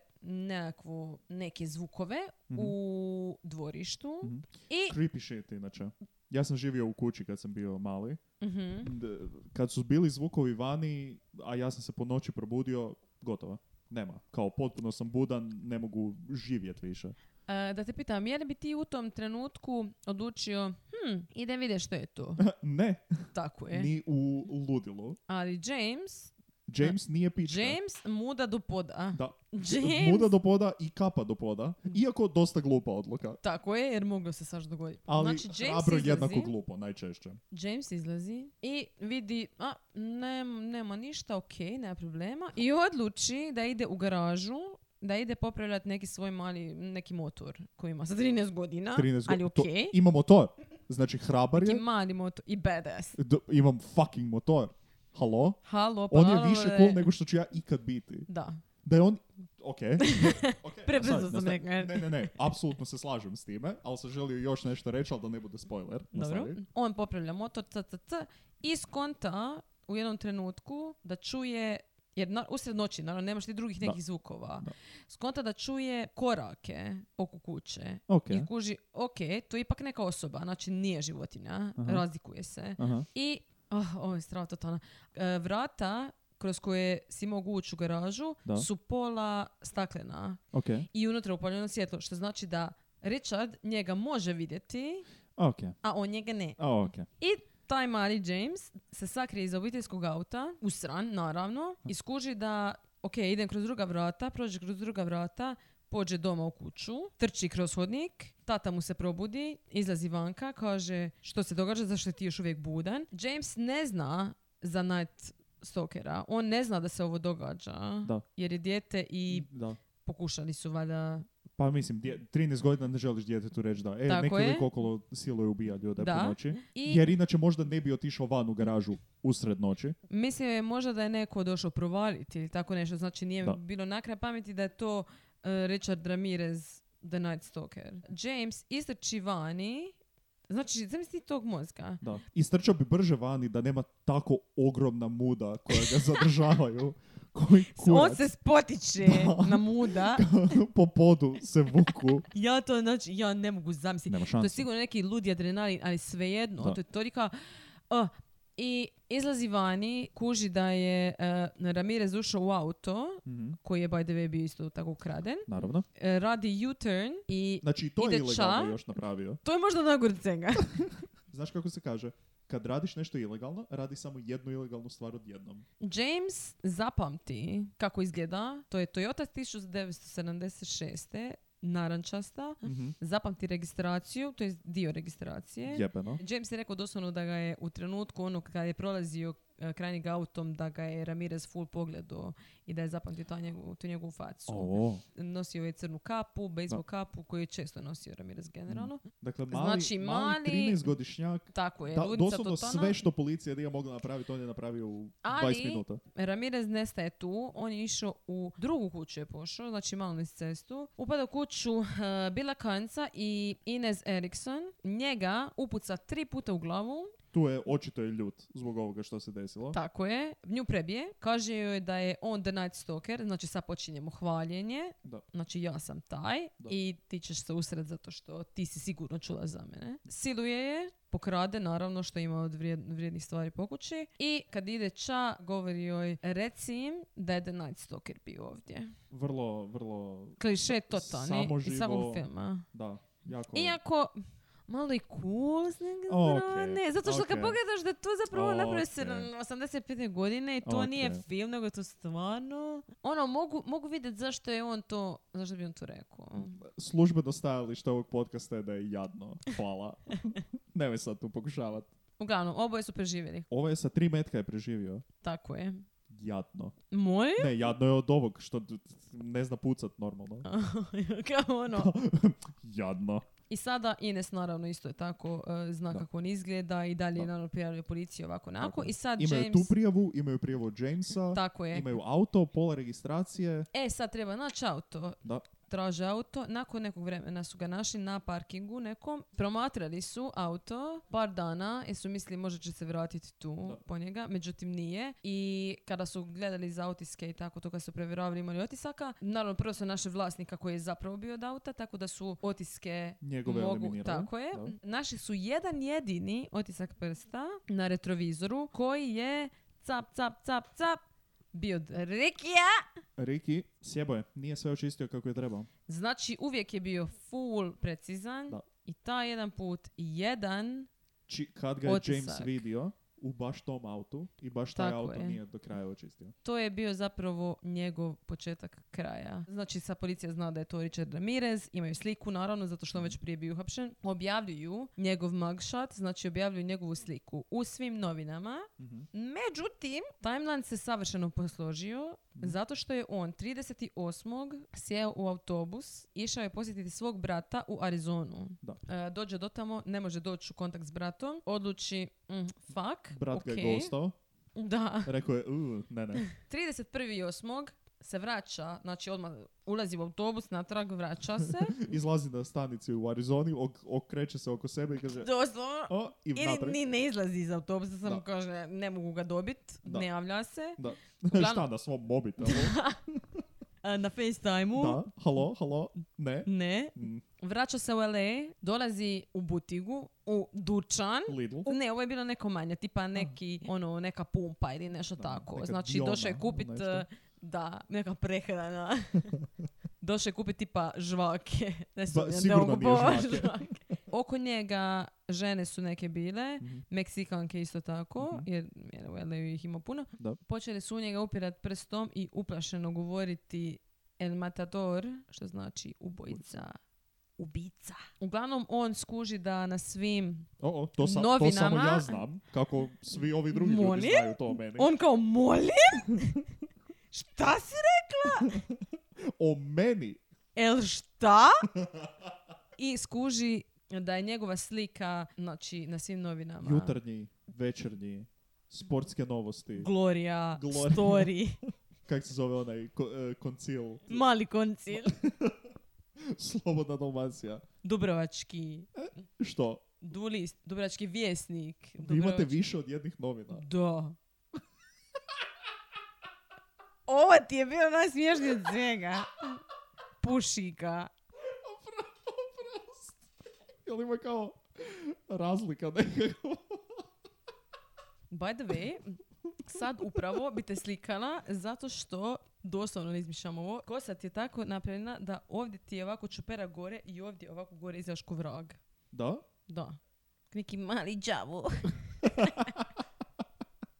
nekakvu, neke zvukove
Mhm.
u dvorištu
Mhm.
i...
Creepy shit, inače. Ja sam živio u kući kad sam bio mali.
Mhm.
D- kad su bili zvukovi vani, a ja sam se po noći probudio, gotovo. Nema. Kao potpuno sam budan, ne mogu živjeti više.
E, da te pitam, je li bi ti u tom trenutku odlučio, hm, idem vidjeti što je to?
ne,
Tako je.
ni u ludilu.
Ali James,
James nije pička.
James muda do poda.
Da.
James.
Muda do poda i kapa do poda. Iako dosta glupa odluka.
Tako je, jer moglo se svašta dogoditi.
Ali
znači, James
hrabro
izlazi,
jednako glupo najčešće.
James izlazi i vidi, a, nem- nema ništa, ok, nema problema. I odluči da ide u garažu, da ide popravljati neki svoj mali, neki motor koji ima sa 13 godina,
13
ali
go-
ok.
to- Imamo to. Znači hrabar
Neki
je.
mali motor i badass.
D- imam fucking motor. Halo?
Halo, pa
On je
naravno
više
da je-
cool nego što ću ja ikad biti.
Da.
Da je on... Ok. okay
Prebrzo
nastavi,
sam
nastavi.
rekla, jel?
Ne, ne, ne. Apsolutno se slažem s time, ali sam želio još nešto reći, ali da ne bude spoiler.
Dobro.
Nastavi.
On popravlja motor, c, c, c, i skonta u jednom trenutku da čuje, jer na, usred noći, naravno, nemaš ti drugih
Da.
nekih zvukova,
Da.
skonta da čuje korake oko kuće.
Ok.
I kuži, ok, to je ipak neka osoba, znači nije životinja,
Aha.
razlikuje se.
Aha.
I, ah, ovo je strava totalna, E, vrata kroz koje si mogu ući u garažu
Da.
su pola staklena
Ok.
i unutra upaljeno svjetlo, što znači da Richard njega može vidjeti,
Ok.
a on njega ne.
A, ok.
I taj mali James se sakrije iz obiteljskog auta, u sran, naravno, i skuži da, ok, idem kroz druga vrata, prođe kroz druga vrata, pođe doma u kuću, trči kroz hodnik, tata mu se probudi, izlazi vanka, kaže što se događa, zašto je ti još uvijek budan. James ne zna za Night Stalkera. On ne zna da se ovo događa.
Da.
Jer je dijete i
Da.
pokušali su valjda
Pa mislim, dje- 13 godina ne želiš djetetu reći da. E,
Tako
neki
je.
lik okolo siluje i ubija ljude
Da.
po noći.
I-
Jer inače možda ne bi otišao van u garažu usred noći.
Mislio je e, možda da je neko došao provaliti ili tako nešto. Znači nije
Da.
mi bilo na kraj pameti da je to e, Richard Ramirez, The Night Stalker. James istrči vani. Znači, zamisli tog mozga.
Da. I strčao bi brže vani da nema tako ogromna muda koja ga zadržavaju. Koji kurac
On se spotiče
Da.
na muda.
po podu se vuku.
Ja to, znači, ja ne mogu zamisliti.
Nema
To je
šanse.
sigurno neki ludi adrenalin, ali svejedno.
Da.
To je tolika... Uh, I izlazi vani, kuži da je uh, Ramirez ušao u auto,
Mhm,
koji je by the way bio isto tako ukraden.
Naravno.
E, radi U-turn i
Znači, to je
Ide
ilegalno
ča.
još napravio.
to je možda najgore od svega.
Znaš kako se kaže? Kad radiš nešto ilegalno, radi samo jednu ilegalnu stvar odjednom.
James zapamti kako izgleda. To je Toyota 1976. Narančasta.
Mhm.
Zapamti registraciju, to je dio registracije.
Jebeno.
James je rekao doslovno da ga je u trenutku ono kad je prolazio e, krajnjeg autom da ga je Ramirez full pogledao i da je zapamtio ta njegu- tu njegovu facu.
O.
Nosio je crnu kapu, bejsbol
Da.
kapu koju je često nosio Ramirez generalno.
Dakle, mali,
Znači,
mali
mali-
13-godišnjak
Tako je,
Da,
E, ludica
doslovno
totalna.
sve što policija nije mogla napraviti, on je napravio u
Ali-
20 minuta.
Ramirez nestaje tu, on je išao u drugu kuću je pošao, znači malo niz cestu. Upada u kuću e, Bila Kanca i Inez Eriksson. Njega upuca tri puta u glavu,
Tu je očito je ljut zbog ovoga što se desilo.
tako je, nju prebije. Kaže joj da je on the night stalker, znači sad počinjemo hvaljenje.
Da.
Znači ja sam taj
Da.
i ti ćeš se usret zato što ti si sigurno čula za mene. Siluje je, pokrade naravno što ima od vrijed- vrijednih stvari po kući i kad ide ča govori joj reci im da je The Night Stalker bio ovdje.
Vrlo, vrlo,
Kliše totalni
Samo
iz svakog
živo-
filma.
da, jako...
Iako malo i cool s neke
Ok,
strane, zato što kad
ok.
pogledaš da je to zapravo napravio
Ok.
se na 85. godine i to
Ok.
nije film, nego je to stvarno... Ono, mogu, mogu vidjeti zašto je on to, zašto bi on to rekao.
Službeno stajalište ovog podcasta je da je jadno. Hvala. Nemoj sad tu pokušavat.
Uglavnom, oboje su preživjeli.
Ovo je sa tri metka je preživio.
Tako je.
Jadno.
Moj?
Ne, jadno je od ovog što d- ne zna pucat normalno.
Kao ono.
Jadno.
I sada Ines naravno isto je tako, e, zna
Da.
kako on izgleda i dalje
Da.
naravno prijavljuje policiji ovako onako.
Tako je.
I sad
Imaju
James...
tu prijavu, imaju prijavu od Jamesa,
Tako je.
imaju auto, pola registracije.
E, sad treba naći auto.
Da.
Traže auto. Nakon nekog vremena su ga našli na parkingu nekom. Promatrali su auto par dana jer su mislili možda će se vratiti tu
Da.
po njega. Međutim nije. I kada su gledali za otiske i tako to kad su provjeravali imali otisaka, naravno prvo su našli vlasnika koji je zapravo bio od auta tako da su otiske
Njegove
mogu,
eliminirali.
tako je.
Da.
Našli su jedan jedini otisak prsta na retrovizoru koji je cap, cap, cap, cap bio od Rikija.
Ricky, sjebo je, nije sve očistio kako je trebao.
Znači, uvijek je bio full precizan
Da.
i taj jedan put jedan,
Či, kad ga je James
Otisak.
vidio u baš tom autu i baš taj
Tako
auto
je.
nije do kraja očistio.
to je bio zapravo njegov početak kraja. Znači, sa policija zna da je to Richard Ramirez, imaju sliku naravno, zato što on već prije bio uhapšen. Objavljuju njegov mugshot, znači objavljuju njegovu sliku u svim novinama.
Mhm.
Međutim, timeline se savršeno posložio
Mhm.
zato što je on 38. sjeo u autobus, išao je posjetiti svog brata u Arizonu.
Da.
E, dođe do tamo, ne može doći u kontakt s bratom, odluči, mm, fuck,
Brat ga
okej.
je gostao,
Da.
rekao je, "U, ne, ne.
31.8. se vraća, znači odmah ulazi u autobus, natrag, vraća se.
Izlazi na stanici u Arizoni, ok- okreće se oko sebe i kaže,
Doslovno.
o, i
Ili
natrag.
ni ne izlazi iz autobusa, samo
Da.
kaže ne mogu ga dobit,
Da.
ne javlja se.
Da.
Uglavnom-
Šta na svom mobitelu?
E, na FaceTime-u,
da, halo, halo, ne.
ne,
Mm,
Vraća se u LA, dolazi u butigu, u dućan.
Lidl.
Ne, ovo je bilo neko manje, tipa neki, ono, neka pumpa ili nešto
Da,
tako.
neka
Znači,
Diona,
došao je kupit,
nešto.
eh, da, neka prehrana. došao je kupit tipa žvake. Ne sumnjam da
sigurno
on
nije
kupovao
žvake.
žvake. Oko njega žene su neke bile,
Mhm.
Meksikanke isto tako,
Mhm.
jer, jer u LA ih ima puno.
Da.
Počeli su u njega upirat prstom i uplašeno govoriti El Matador, što znači ubojica
ubica.
Uglavnom, on skuži da na svim...
O, o, to, sa- to
Novinama-
samo ja znam, kako svi ovi drugi
Molim?
ljudi znaju to o meni.
On kao, molim? šta si rekla?
O meni?
El šta? I skuži da je njegova slika znači, na svim novinama.
Jutarnji, večernji, sportske novosti.
Gloria,
Gloria.
story,
Kak se zove onaj ko, e, koncil?
mali koncil,
Slobodna Dalmacija.
Dubrovački,
Što?
Dulist, Dubrovački vjesnik.
Vi imate
Dubrovački-
više od jednih novina.
Da. Ovo ti je bilo najsmiješnije od svega. Pušika.
Jel ima kao razlika nekako?
By the way, sad upravo bi te slikala zato što doslovno ne izmišljam ovo. Kosa ti je tako napravljena da ovdje ti je ovako čupera gore i ovdje ovako gore izdaš ko vrag.
Da?
Da. Neki mali đavo.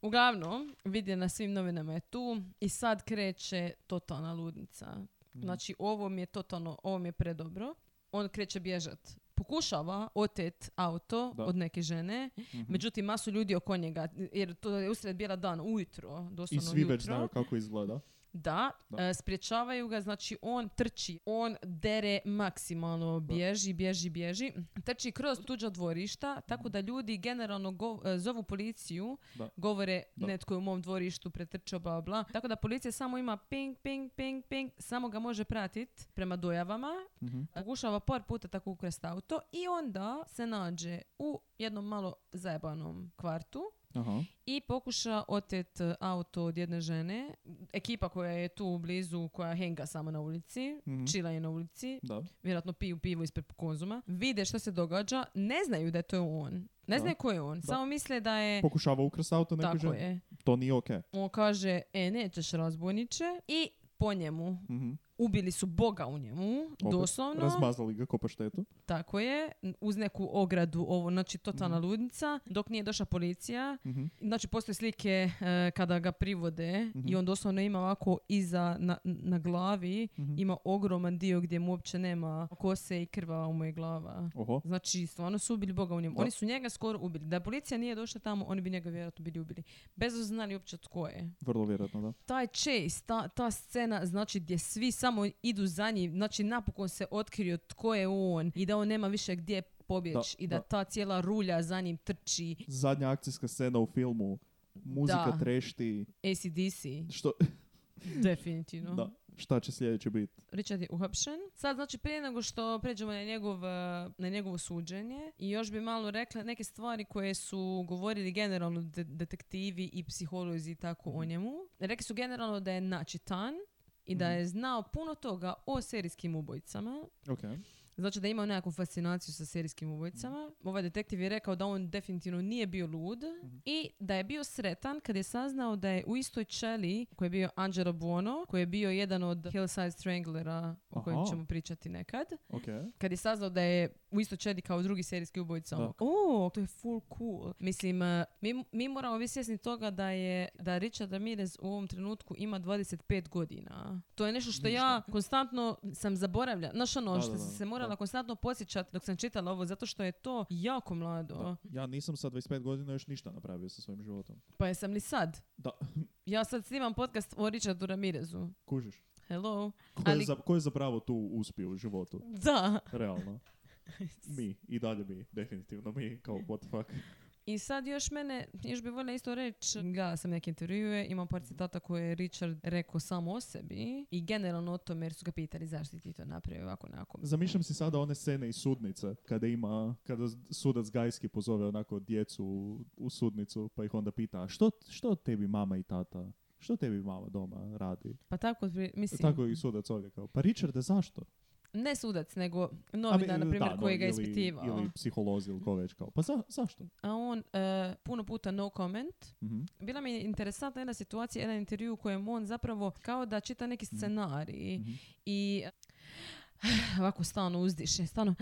Uglavnom, vidi na svim novinama je tu i sad kreće totalna ludnica.
Mm.
Znači, ovo mi je totalno, ovo mi je predobro. On kreće bježat. Pokušava otet auto
Da. Mhm.
od neke žene, međutim, masu ljudi oko njega, jer to je usred bijela dan, ujutro,
I
doslovno
svi
ujutro.
već znaju kako izgleda.
Da,
Da.
e, sprječavaju ga, znači on trči, on dere maksimalno, bježi, bježi, bježi, trči kroz tuđa dvorišta, tako da ljudi generalno gov- e, zovu policiju,
Mhm. Da.
govore
Da.
netko je u mom dvorištu pretrčao, bla, bla, bla. Tako da policija samo ima ping, ping, ping, ping, samo ga može pratit prema dojavama,
Mhm.
pokušava par puta tako ukrast auto i onda se nađe u jednom malo zajebanom kvartu
Aha.
i pokuša otet e, auto od jedne žene. Ekipa koja je tu blizu, koja henga samo na ulici,
Mhm.
čila je na ulici,
Da.
vjerojatno piju pivo ispred konzuma, vide što se događa, ne znaju da je to on. Ne
Da.
znaju ko je on, samo misle da je...
Pokušava ukras auto nekoj
E. Tako
ženi.
je.
To nije okej.
On kaže, e, nećeš razbojniče. I po njemu.
Mhm.
Ubili su Boga u njemu,
Opet,
doslovno.
Razmazali ga ko paštetu.
Tako je. Uz neku ogradu, ovo, znači totalna ludnica. Dok nije došla policija,
Mhm.
Znači, postoje slike e, kada ga privode
Mhm.
i on doslovno ima ovako iza na, na glavi,
Mhm.
ima ogroman dio gdje mu uopće nema kose i krva mu je glava.
Oho.
Znači, stvarno su ubili Boga u njemu.
Da.
Oni su njega skoro ubili. Da policija nije došla tamo, oni bi njega vjerojatno bili ubili. Bez da su znali uopće tko je.
Vrlo vjerojatno, da.
Taj chase, ta, ta scena, znači gdje svi samo idu za njim, znači napokon se otkrio tko je on i da on nema više gdje pobjeći
Da,
i da,
da.
ta cijela rulja za njim trči.
Zadnja akcijska scena u filmu. Muzika
Da.
trešti.
ACDC,
Što,
definitivno.
da. Šta će sljedeće biti?
Richard je uhapšen. Sad, znači, prije nego što pređemo na, njegov, eh, na njegovo suđenje, i još bi malo rekla neke stvari koje su govorili generalno de- detektivi i psiholozi i tako o njemu. Rekli su generalno da je načitan i da je znao puno toga o serijskim ubojicama.
Ok.
Znači da je imao nekakvu fascinaciju sa serijskim ubojicama. Ovaj detektiv je rekao da on definitivno nije bio lud i da je bio sretan kad je saznao da je u istoj čeli koji je bio Angelo Buono, koji je bio jedan od Hillside Stranglera o kojem
Aha.
ćemo pričati nekad,
Ok.
kad je saznao da je u istoj čeli kao drugi serijski ubojica.
Da.
ono, O, to je full cool. Mislim, eh, mi, mi moramo biti svjesni toga da je da Richard Ramirez u ovom trenutku ima 25 godina. To je nešto što ja konstantno sam zaboravlja. Znaš ono,
Da,
što
da,
sam
da,
se morala
da.
konstantno posjećati dok sam čitala ovo, zato što je to jako mlado.
Ja nisam sa 25 godina još ništa napravio sa svojim životom.
Pa jesam li sad?
Da.
Ja sad snimam podcast o Richardu Ramirezu.
Kužiš.
Hello.
Ko,
Ali-
je za, ko je zapravo tu uspio u životu?
Da.
Realno. Mi. I dalje mi. Definitivno mi. Kao what the fuck.
I sad još mene, još bi voljela isto reći, gledala sam neke intervjue, imam par citata koje je Richard rekao sam o sebi i generalno o tome jer su ga pitali zašto ti to napravio ovako onako.
Zamišljam si sada one scene iz sudnice kada ima, kada sudac Gajski pozove onako djecu u, u sudnicu pa ih onda pita "A što, što tebi mama i tata, što tebi mama doma radi?
Pa tako, otpri- mislim,
Tako i sudac ovdje kao, pa Richarde zašto?
ne sudac, nego
A mi-
novinar, na primjer,
da, no,
koji ga je
ili-
ispitivao.
Ili psiholozi ili ko već kao, pa za, zašto?
A on e, puno puta no comment.
Mhm.
Bila mi je interesantna jedna situacija, jedan intervju u kojem on zapravo kao da čita neki scenarij e,
Mhm.
i ovako stalno uzdiše, stalno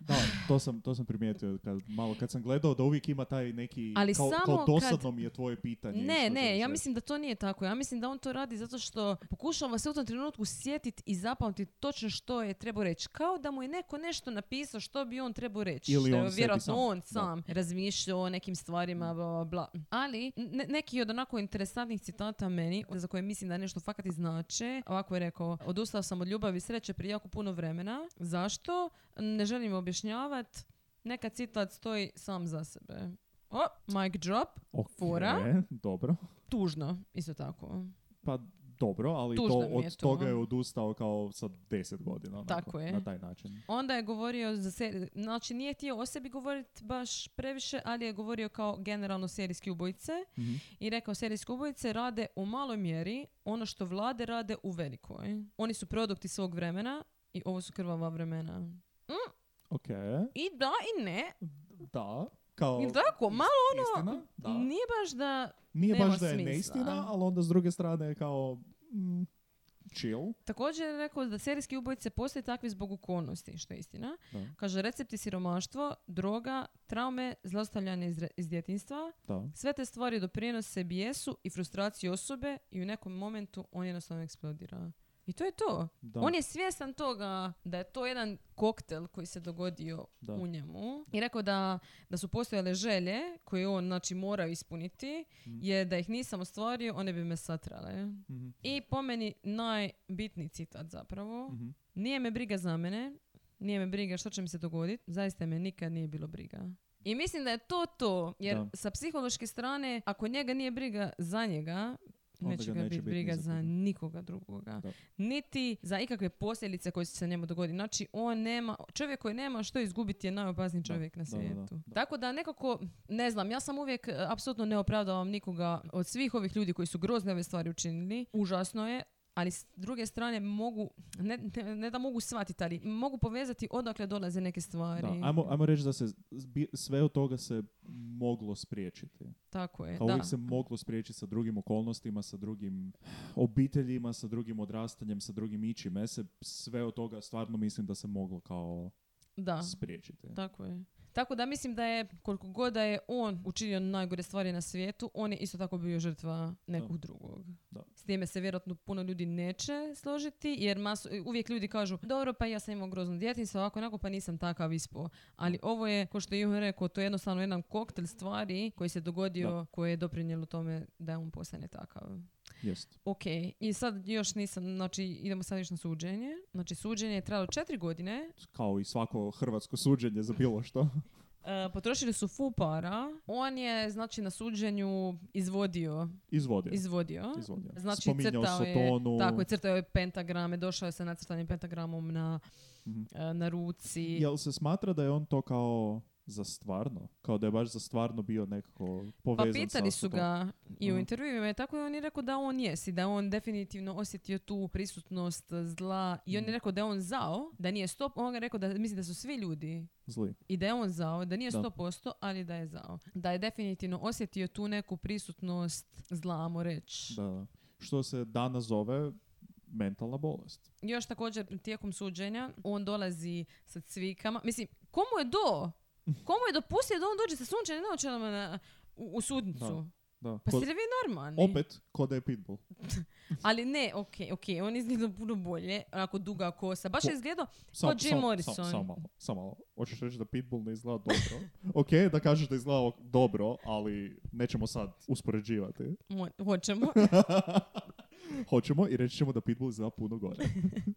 Da, To sam, to sam primijetio kad, malo kad sam gledao da uvijek ima taj neki
Ali
kao,
samo
kao
kad-
dosadno mi je tvoje pitanje. i
Ne,
što
ne,
ćeš
ja
reći.
mislim da to nije tako. Ja mislim da on to radi zato što pokušava se u tom trenutku sjetiti i zapamtiti točno što je trebao reći. Kao da mu je neko nešto napisao što bi on trebao reći.
Ili
što
on
je
sebi
vjerojatno
sam.
on
Da.
sam razmišljao o nekim stvarima, bla, bla, bla. Ali ne- neki od onako interesantnih citata meni, za koje mislim da nešto fakat i znače, ovako je rekao, odustao sam od ljubavi i sreće prije jako puno vremena. Zašto? Ne želim objašnjavati. Neka citat stoji sam za sebe. O, mic drop,
Okej,
fora.
dobro.
tužno, isto tako.
Pa dobro, ali
Tužno
to,
mi je
od
to.
toga je odustao kao sa 10 godina. onako,
Tako je.
Na taj način.
Onda je govorio za seri... znači nije htio o sebi govoriti baš previše, ali je govorio kao generalno serijski ubojice
Mhm.
i rekao serijski ubojice rade u maloj mjeri ono što vlade rade u velikoj. Oni su produkti svog vremena i ovo su krvava vremena.
Ok,
I da i ne,
da. Kao
ili tako, malo ono,
istina, da.
nije baš da,
Nije
nema
baš da je
smisla.
neistina, ali onda s druge strane je kao mm, chill.
također je rekao da serijski ubojice postoje takvi zbog okolnosti, što je istina.
Da.
Kaže, recepti siromaštvo, droga, traume, zlostavljanje iz, re- iz djetinstva,
Da.
Sve te stvari doprinose bijesu i frustraciji osobe i u nekom momentu on jednostavno eksplodira. I to je to.
da.
On je svjestan toga da je to jedan koktel koji se dogodio
Da.
u njemu i rekao da, da su postojale želje koje on znači morao ispuniti
Mm.
je da ih nisam ostvario, one bi me satrale.
Mhm,
I po meni najbitniji citat zapravo.
mhm.
Nije me briga za mene, nije me briga što će mi se dogoditi, zaista me nikad nije bilo briga. I mislim da je to to, jer
Da.
sa psihološke strane, ako njega nije briga za njega,
Onda
neće
ga
ga
neće
biti
biti ni
briga
za
za
koga.
nikoga drugoga.
Da.
Niti za ikakve posljedice koje će se njemu dogoditi. Znači, on nema, čovjek koji nema što izgubiti je najopasniji
Da,
čovjek na
da, da,
svijetu.
da.
Tako da nekako, ne znam, ja sam uvijek e, apsolutno ne opravdavam nikoga od svih ovih ljudi koji su grozne ove stvari učinili. Užasno je, ali s druge strane mogu, ne, ne, ne da mogu shvatiti, ali mogu povezati odakle dolaze neke stvari.
Da, ajmo, ajmo reći da se zbi- sve od toga se moglo spriječiti.
Tako je,
Kao
E, da.
Pa uvijek se moglo spriječiti sa drugim okolnostima, sa drugim obiteljima, sa drugim odrastanjem, sa drugim ičim. Ja se sve od toga stvarno mislim da se moglo kao
Da,
spriječiti.
tako je. Tako da mislim da je, koliko god da je on učinio najgore stvari na svijetu, on je isto tako bio žrtva nekog drugog.
Da.
S time se vjerojatno puno ljudi neće složiti, jer masu, uvijek ljudi kažu, dobro, pa ja sam imao grozno djetinjstvo, ovako, onako, pa nisam takav ispo. Ali ovo je, ko što je Juhan rekao, to je jednostavno jedan koktel stvari koji se dogodio,
Da.
koji je doprinijelo tome da on postane takav.
Jest.
Ok, i sad još nisam, znači idemo sad još na suđenje. Znači suđenje je trajalo četiri godine,
Kao i svako hrvatsko suđenje za bilo što.
E, potrošili su fu para, on je znači na suđenju izvodio,
Izvodio.
izvodio.
Izvodio.
Znači
Spominjao
crtao
Sotonu.
je, tako je, crtao je pentagrame, došao je sa nacrtanim pentagramom na,
Mhm.
e, na ruci.
Jel se smatra da je on to kao za stvarno? Kao da je baš za stvarno bio nekako
Pa
povezan
pitali
sa
su
Sotonom?
ga i u
Mhm.
intervjuima i tako je on je rekao da on jesi, da je on definitivno osjetio tu prisutnost zla i on je
Mhm.
rekao da je on zao, da nije stop, on je rekao da misli da su svi ljudi
Zli.
i da je on zao, da nije
Da.
100%, ali da je zao. Da je definitivno osjetio tu neku prisutnost zla, amo reći.
Da, da. Što se danas zove mentalna bolest.
Još također tijekom suđenja on dolazi sa cvikama. Mislim, komu je do? Komu je dopustio da on dođe sa sunčanim naočarama na, u, u sudnicu?
Da.
Pa
Ko-
ste li vi normalni?
opet, ko da je pitbull.
Ali ne, ok, ok, on izgleda puno bolje, onako duga kosa. Baš
Ko-
je izgledao,
Sam,
Ko Jim
sam- sam-
Morrison.
Sam, malo, sam malo. Hoćeš reći da Pitbull ne izgleda dobro? ok, da kažeš da izgleda ok- dobro, ali nećemo sad uspoređivati.
mo- hoćemo.
Hoćemo i reći ćemo da Pitbull izgleda puno gore.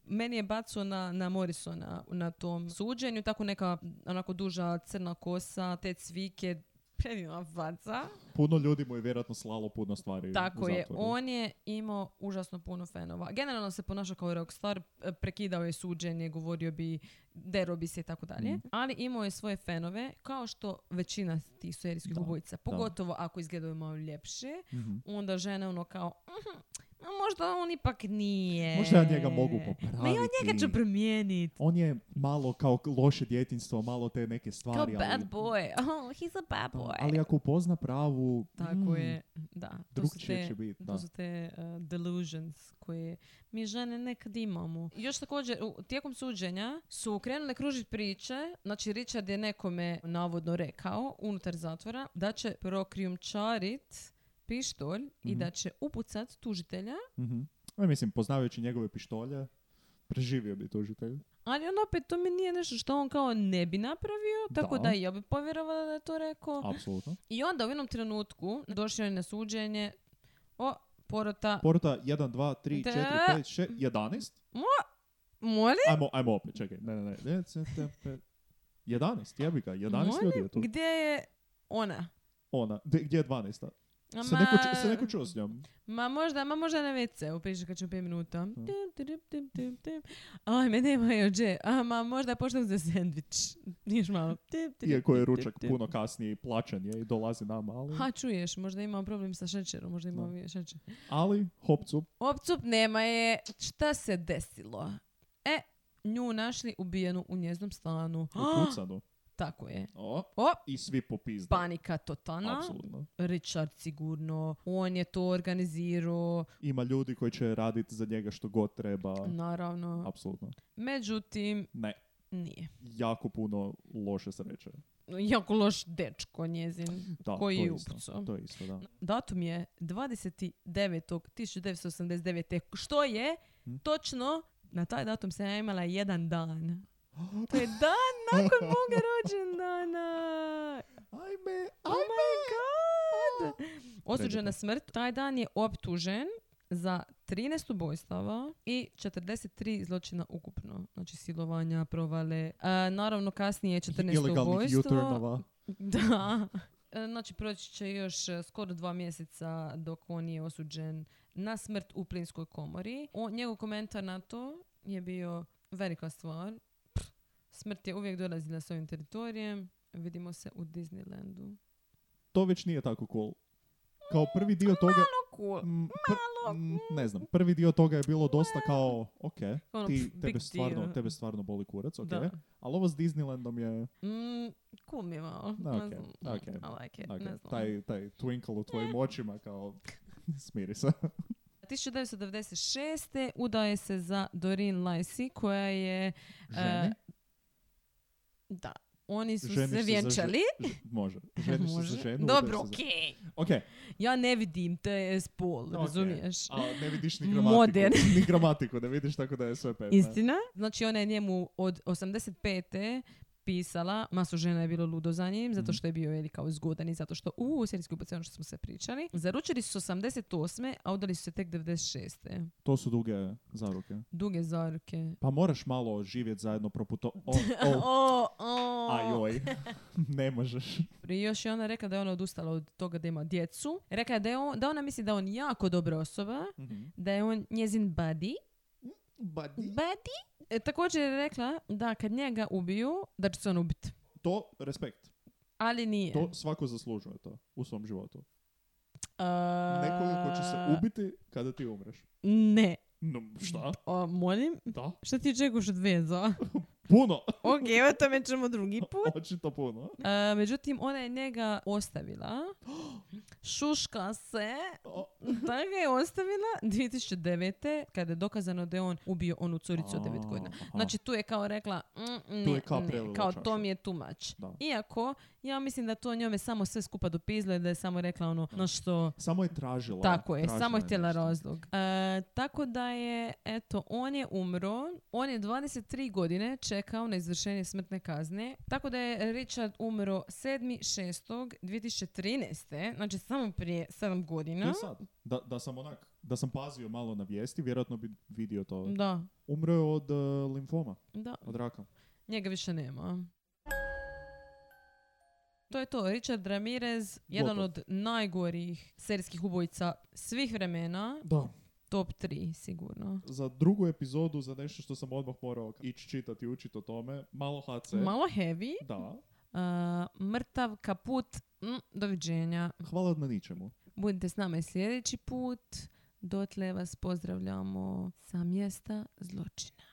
Meni je bacio na, na Morrisona na tom suđenju, tako neka onako duža crna kosa, te cvike, predivna faca.
Puno ljudi mu je vjerojatno slalo puno stvari u
Tako je,
zatvoru.
on je imao užasno puno fanova. Generalno se ponašao kao rockstar, e, prekidao je suđenje, govorio bi, dero bi se i tako dalje.
Mm.
Ali imao je svoje fanove, kao što većina tih serijskih
Da,
ubojica, pogotovo ako izgledaju malo ljepše,
Mhm.
onda žene ono kao, "Mhm, A možda on ipak nije.
Možda ja njega mogu popraviti.
Ma ja njega ću promijeniti.
On je malo kao k- loše djetinstvo, malo te neke
Kao
stvari. ali,
bad boy. Oh, he's a bad
Da,
boy.
ali ako upozna pravu...
Tako
mm,
je, da. To su
drugčije
te,
će biti, da.
to su te uh, delusions koje mi žene nekad imamo. Još također, u- tijekom suđenja su krenule kružiti priče, znači Richard je nekome navodno rekao unutar zatvora da će prokrijumčarit pištolj i
Mhm.
da će upucat tužitelja,
Mhm. E, mislim, poznavajući njegove pištolje, preživio bi tužitelj.
ali on opet to mi nije nešto što on kao ne bi napravio, tako
Da.
da, i ja bi povjerovala da je to rekao.
Apsolutno.
I onda u jednom trenutku došao je na suđenje, o, porota,
Porota 1, 2, 3,
Da.
4, 5, 6, 11.
molim?
Ajmo, ajmo opet, čekaj. Ne, ne, ne. 10, 5, 11, jebi ga, 11 ljudi je tu.
Gdje je ona?
Ona, gdje gdje je 12?
Ma,
Se neko, ču- se neko čuo s njom?
ma možda, ma možda na WC, upiši kad ću 5 minuta.
Da.
Tim, tirim, tim, tim, tim. Aj, me nema jođe. A, ma možda pošto za sandvič. Još malo. Tim, tirim,
Iako je
tim, tim,
ručak
tim.
puno kasnije i plaćan je i dolazi nama, ali...
Ha, čuješ, možda ima problem sa šećerom, možda
Mm. Da.
ima vi- šećer.
Ali, hopcu,
Opcup nema je. Šta se desilo? E, nju našli ubijenu u njeznom stanu.
ukucanu.
Tako je.
O,
O,
I svi popizda.
panika totalna.
Apsolutno.
Richard sigurno, on je to organizirao,
Ima ljudi koji će raditi za njega što god treba.
naravno.
Apsolutno.
Međutim,
Ne.
nije.
Jako puno loše sreće.
Jako loš dečko njezin
Da,
koji
to
je
je isto.
upucao.
To je isto, da.
Datum je 29.1989. Što je
Hm?
točno na taj datum sam ja imala jedan dan. To je dan nakon moga rođendana.
Ajme,
Oh my god! Osuđen
Predivno.
na smrt. Taj dan je optužen za 13 ubojstava i 43 zločina ukupno. Znači silovanja, provale. E, naravno kasnije 14
Ilegalnih
ubojstva.
juturnova.
Da. E, Znači, proći će još e, skoro dva mjeseca dok on je osuđen na smrt u plinskoj komori. On, njegov komentar na to je bio velika stvar. Pff, smrt je uvijek dolazila s ovim teritorijem. Vidimo se u Disneylandu.
To već nije tako cool. Kao prvi dio toga...
Cool.
Mm, pr- mm, ne znam, prvi dio toga je bilo dosta kao, ok,
Ono,
ti,
pff, big
tebe, stvarno,
deal.
tebe stvarno boli kurac, ok.
Da.
Ali ovo s Disneylandom je,
Mm, cool mi je malo.
Da,
Ne
okej,
znam.
okej.
I like it.
dakle,
Ne znam. Eh.
taj, taj twinkle u tvojim očima kao, smiri se.
1996. udaje se za Dorin Lacey koja je...
Ženi?
Da. Oni su
Ženiš se
se
za
vjenčali.
Ž- može. Ženiš se za
Može.
ženu. udaješ
Dobro,
se za-
okej.
Ok,
Ja ne vidim, to je spol,
Ok.
razumiješ?
a ne vidiš ni gramatiku.
Modern.
ni gramatiku ne vidiš, tako da je sve pet.
Istina? Znači ona je njemu od 85. pisala, masu žena je bilo ludo za njim, zato
Mhm.
što je bio je kao zgodan i zato što, u, serijski ubac, ono što smo se pričali. Zaručili su se 88. a udali su se tek 96.
To su duge zaruke.
Duge zaruke.
Pa moraš malo živjeti zajedno proputo... O, o,
O, o.
ajoj. ne možeš.
I još je ona rekla da je ona odustala od toga da ima djecu. Rekla je da, je on, da ona misli da je on jako dobra osoba,
Mhm.
da je on njezin buddy.
Badi.
Buddy? E, također je rekla da kad njega ubiju, da će se on ubiti.
To, respekt.
Ali nije.
To svako zaslužuje to u svom životu.
A,
Nekoga ko će se ubiti kada ti umreš.
Ne.
No, šta?
O, molim?
Da.
Šta ti očekuješ od veza?
Puno.
ok, o tome ćemo drugi put.
Očito puno.
E, međutim, ona je njega ostavila. Šuška se.
O,
Da ga je ostavila 2009. kada je dokazano da je on ubio onu curicu od 9 godina.
aha.
Znači tu je kao rekla, "Mm, ne,
Tu je kao
ne,
prelila
kao
čašu.
to mi je tumač.
Da.
Iako, ja mislim da to njome samo sve skupa dopizlo i da je samo rekla ono, no što...
Samo je tražila.
Tako je,
tražila
samo je htjela
nešto.
razlog. E, tako da je, eto, on je umro, on je 23 godine čekao na izvršenje smrtne kazne, tako da je Richard umro 7.6.2013, znači samo prije 7
To
godina.
je sad. Da, da sam onak, da sam pazio malo na vijesti, vjerojatno bi vidio to.
Da,
Umro je od uh, limfoma,
da.
od raka.
Njega više nema. To je to, Richard Ramirez, jedan
Gotovo.
od najgorih serijskih ubojica svih vremena,
Da.
top 3 sigurno.
Za drugu epizodu, za nešto što sam odmah morao ići čitati i učiti o tome, malo HC.
Malo heavy,
Da.
uh, mrtav, kaput, mm, doviđenja.
Hvala na ničemu.
Budite s nama i sljedeći put. Dotle vas pozdravljamo sa mjesta zločina.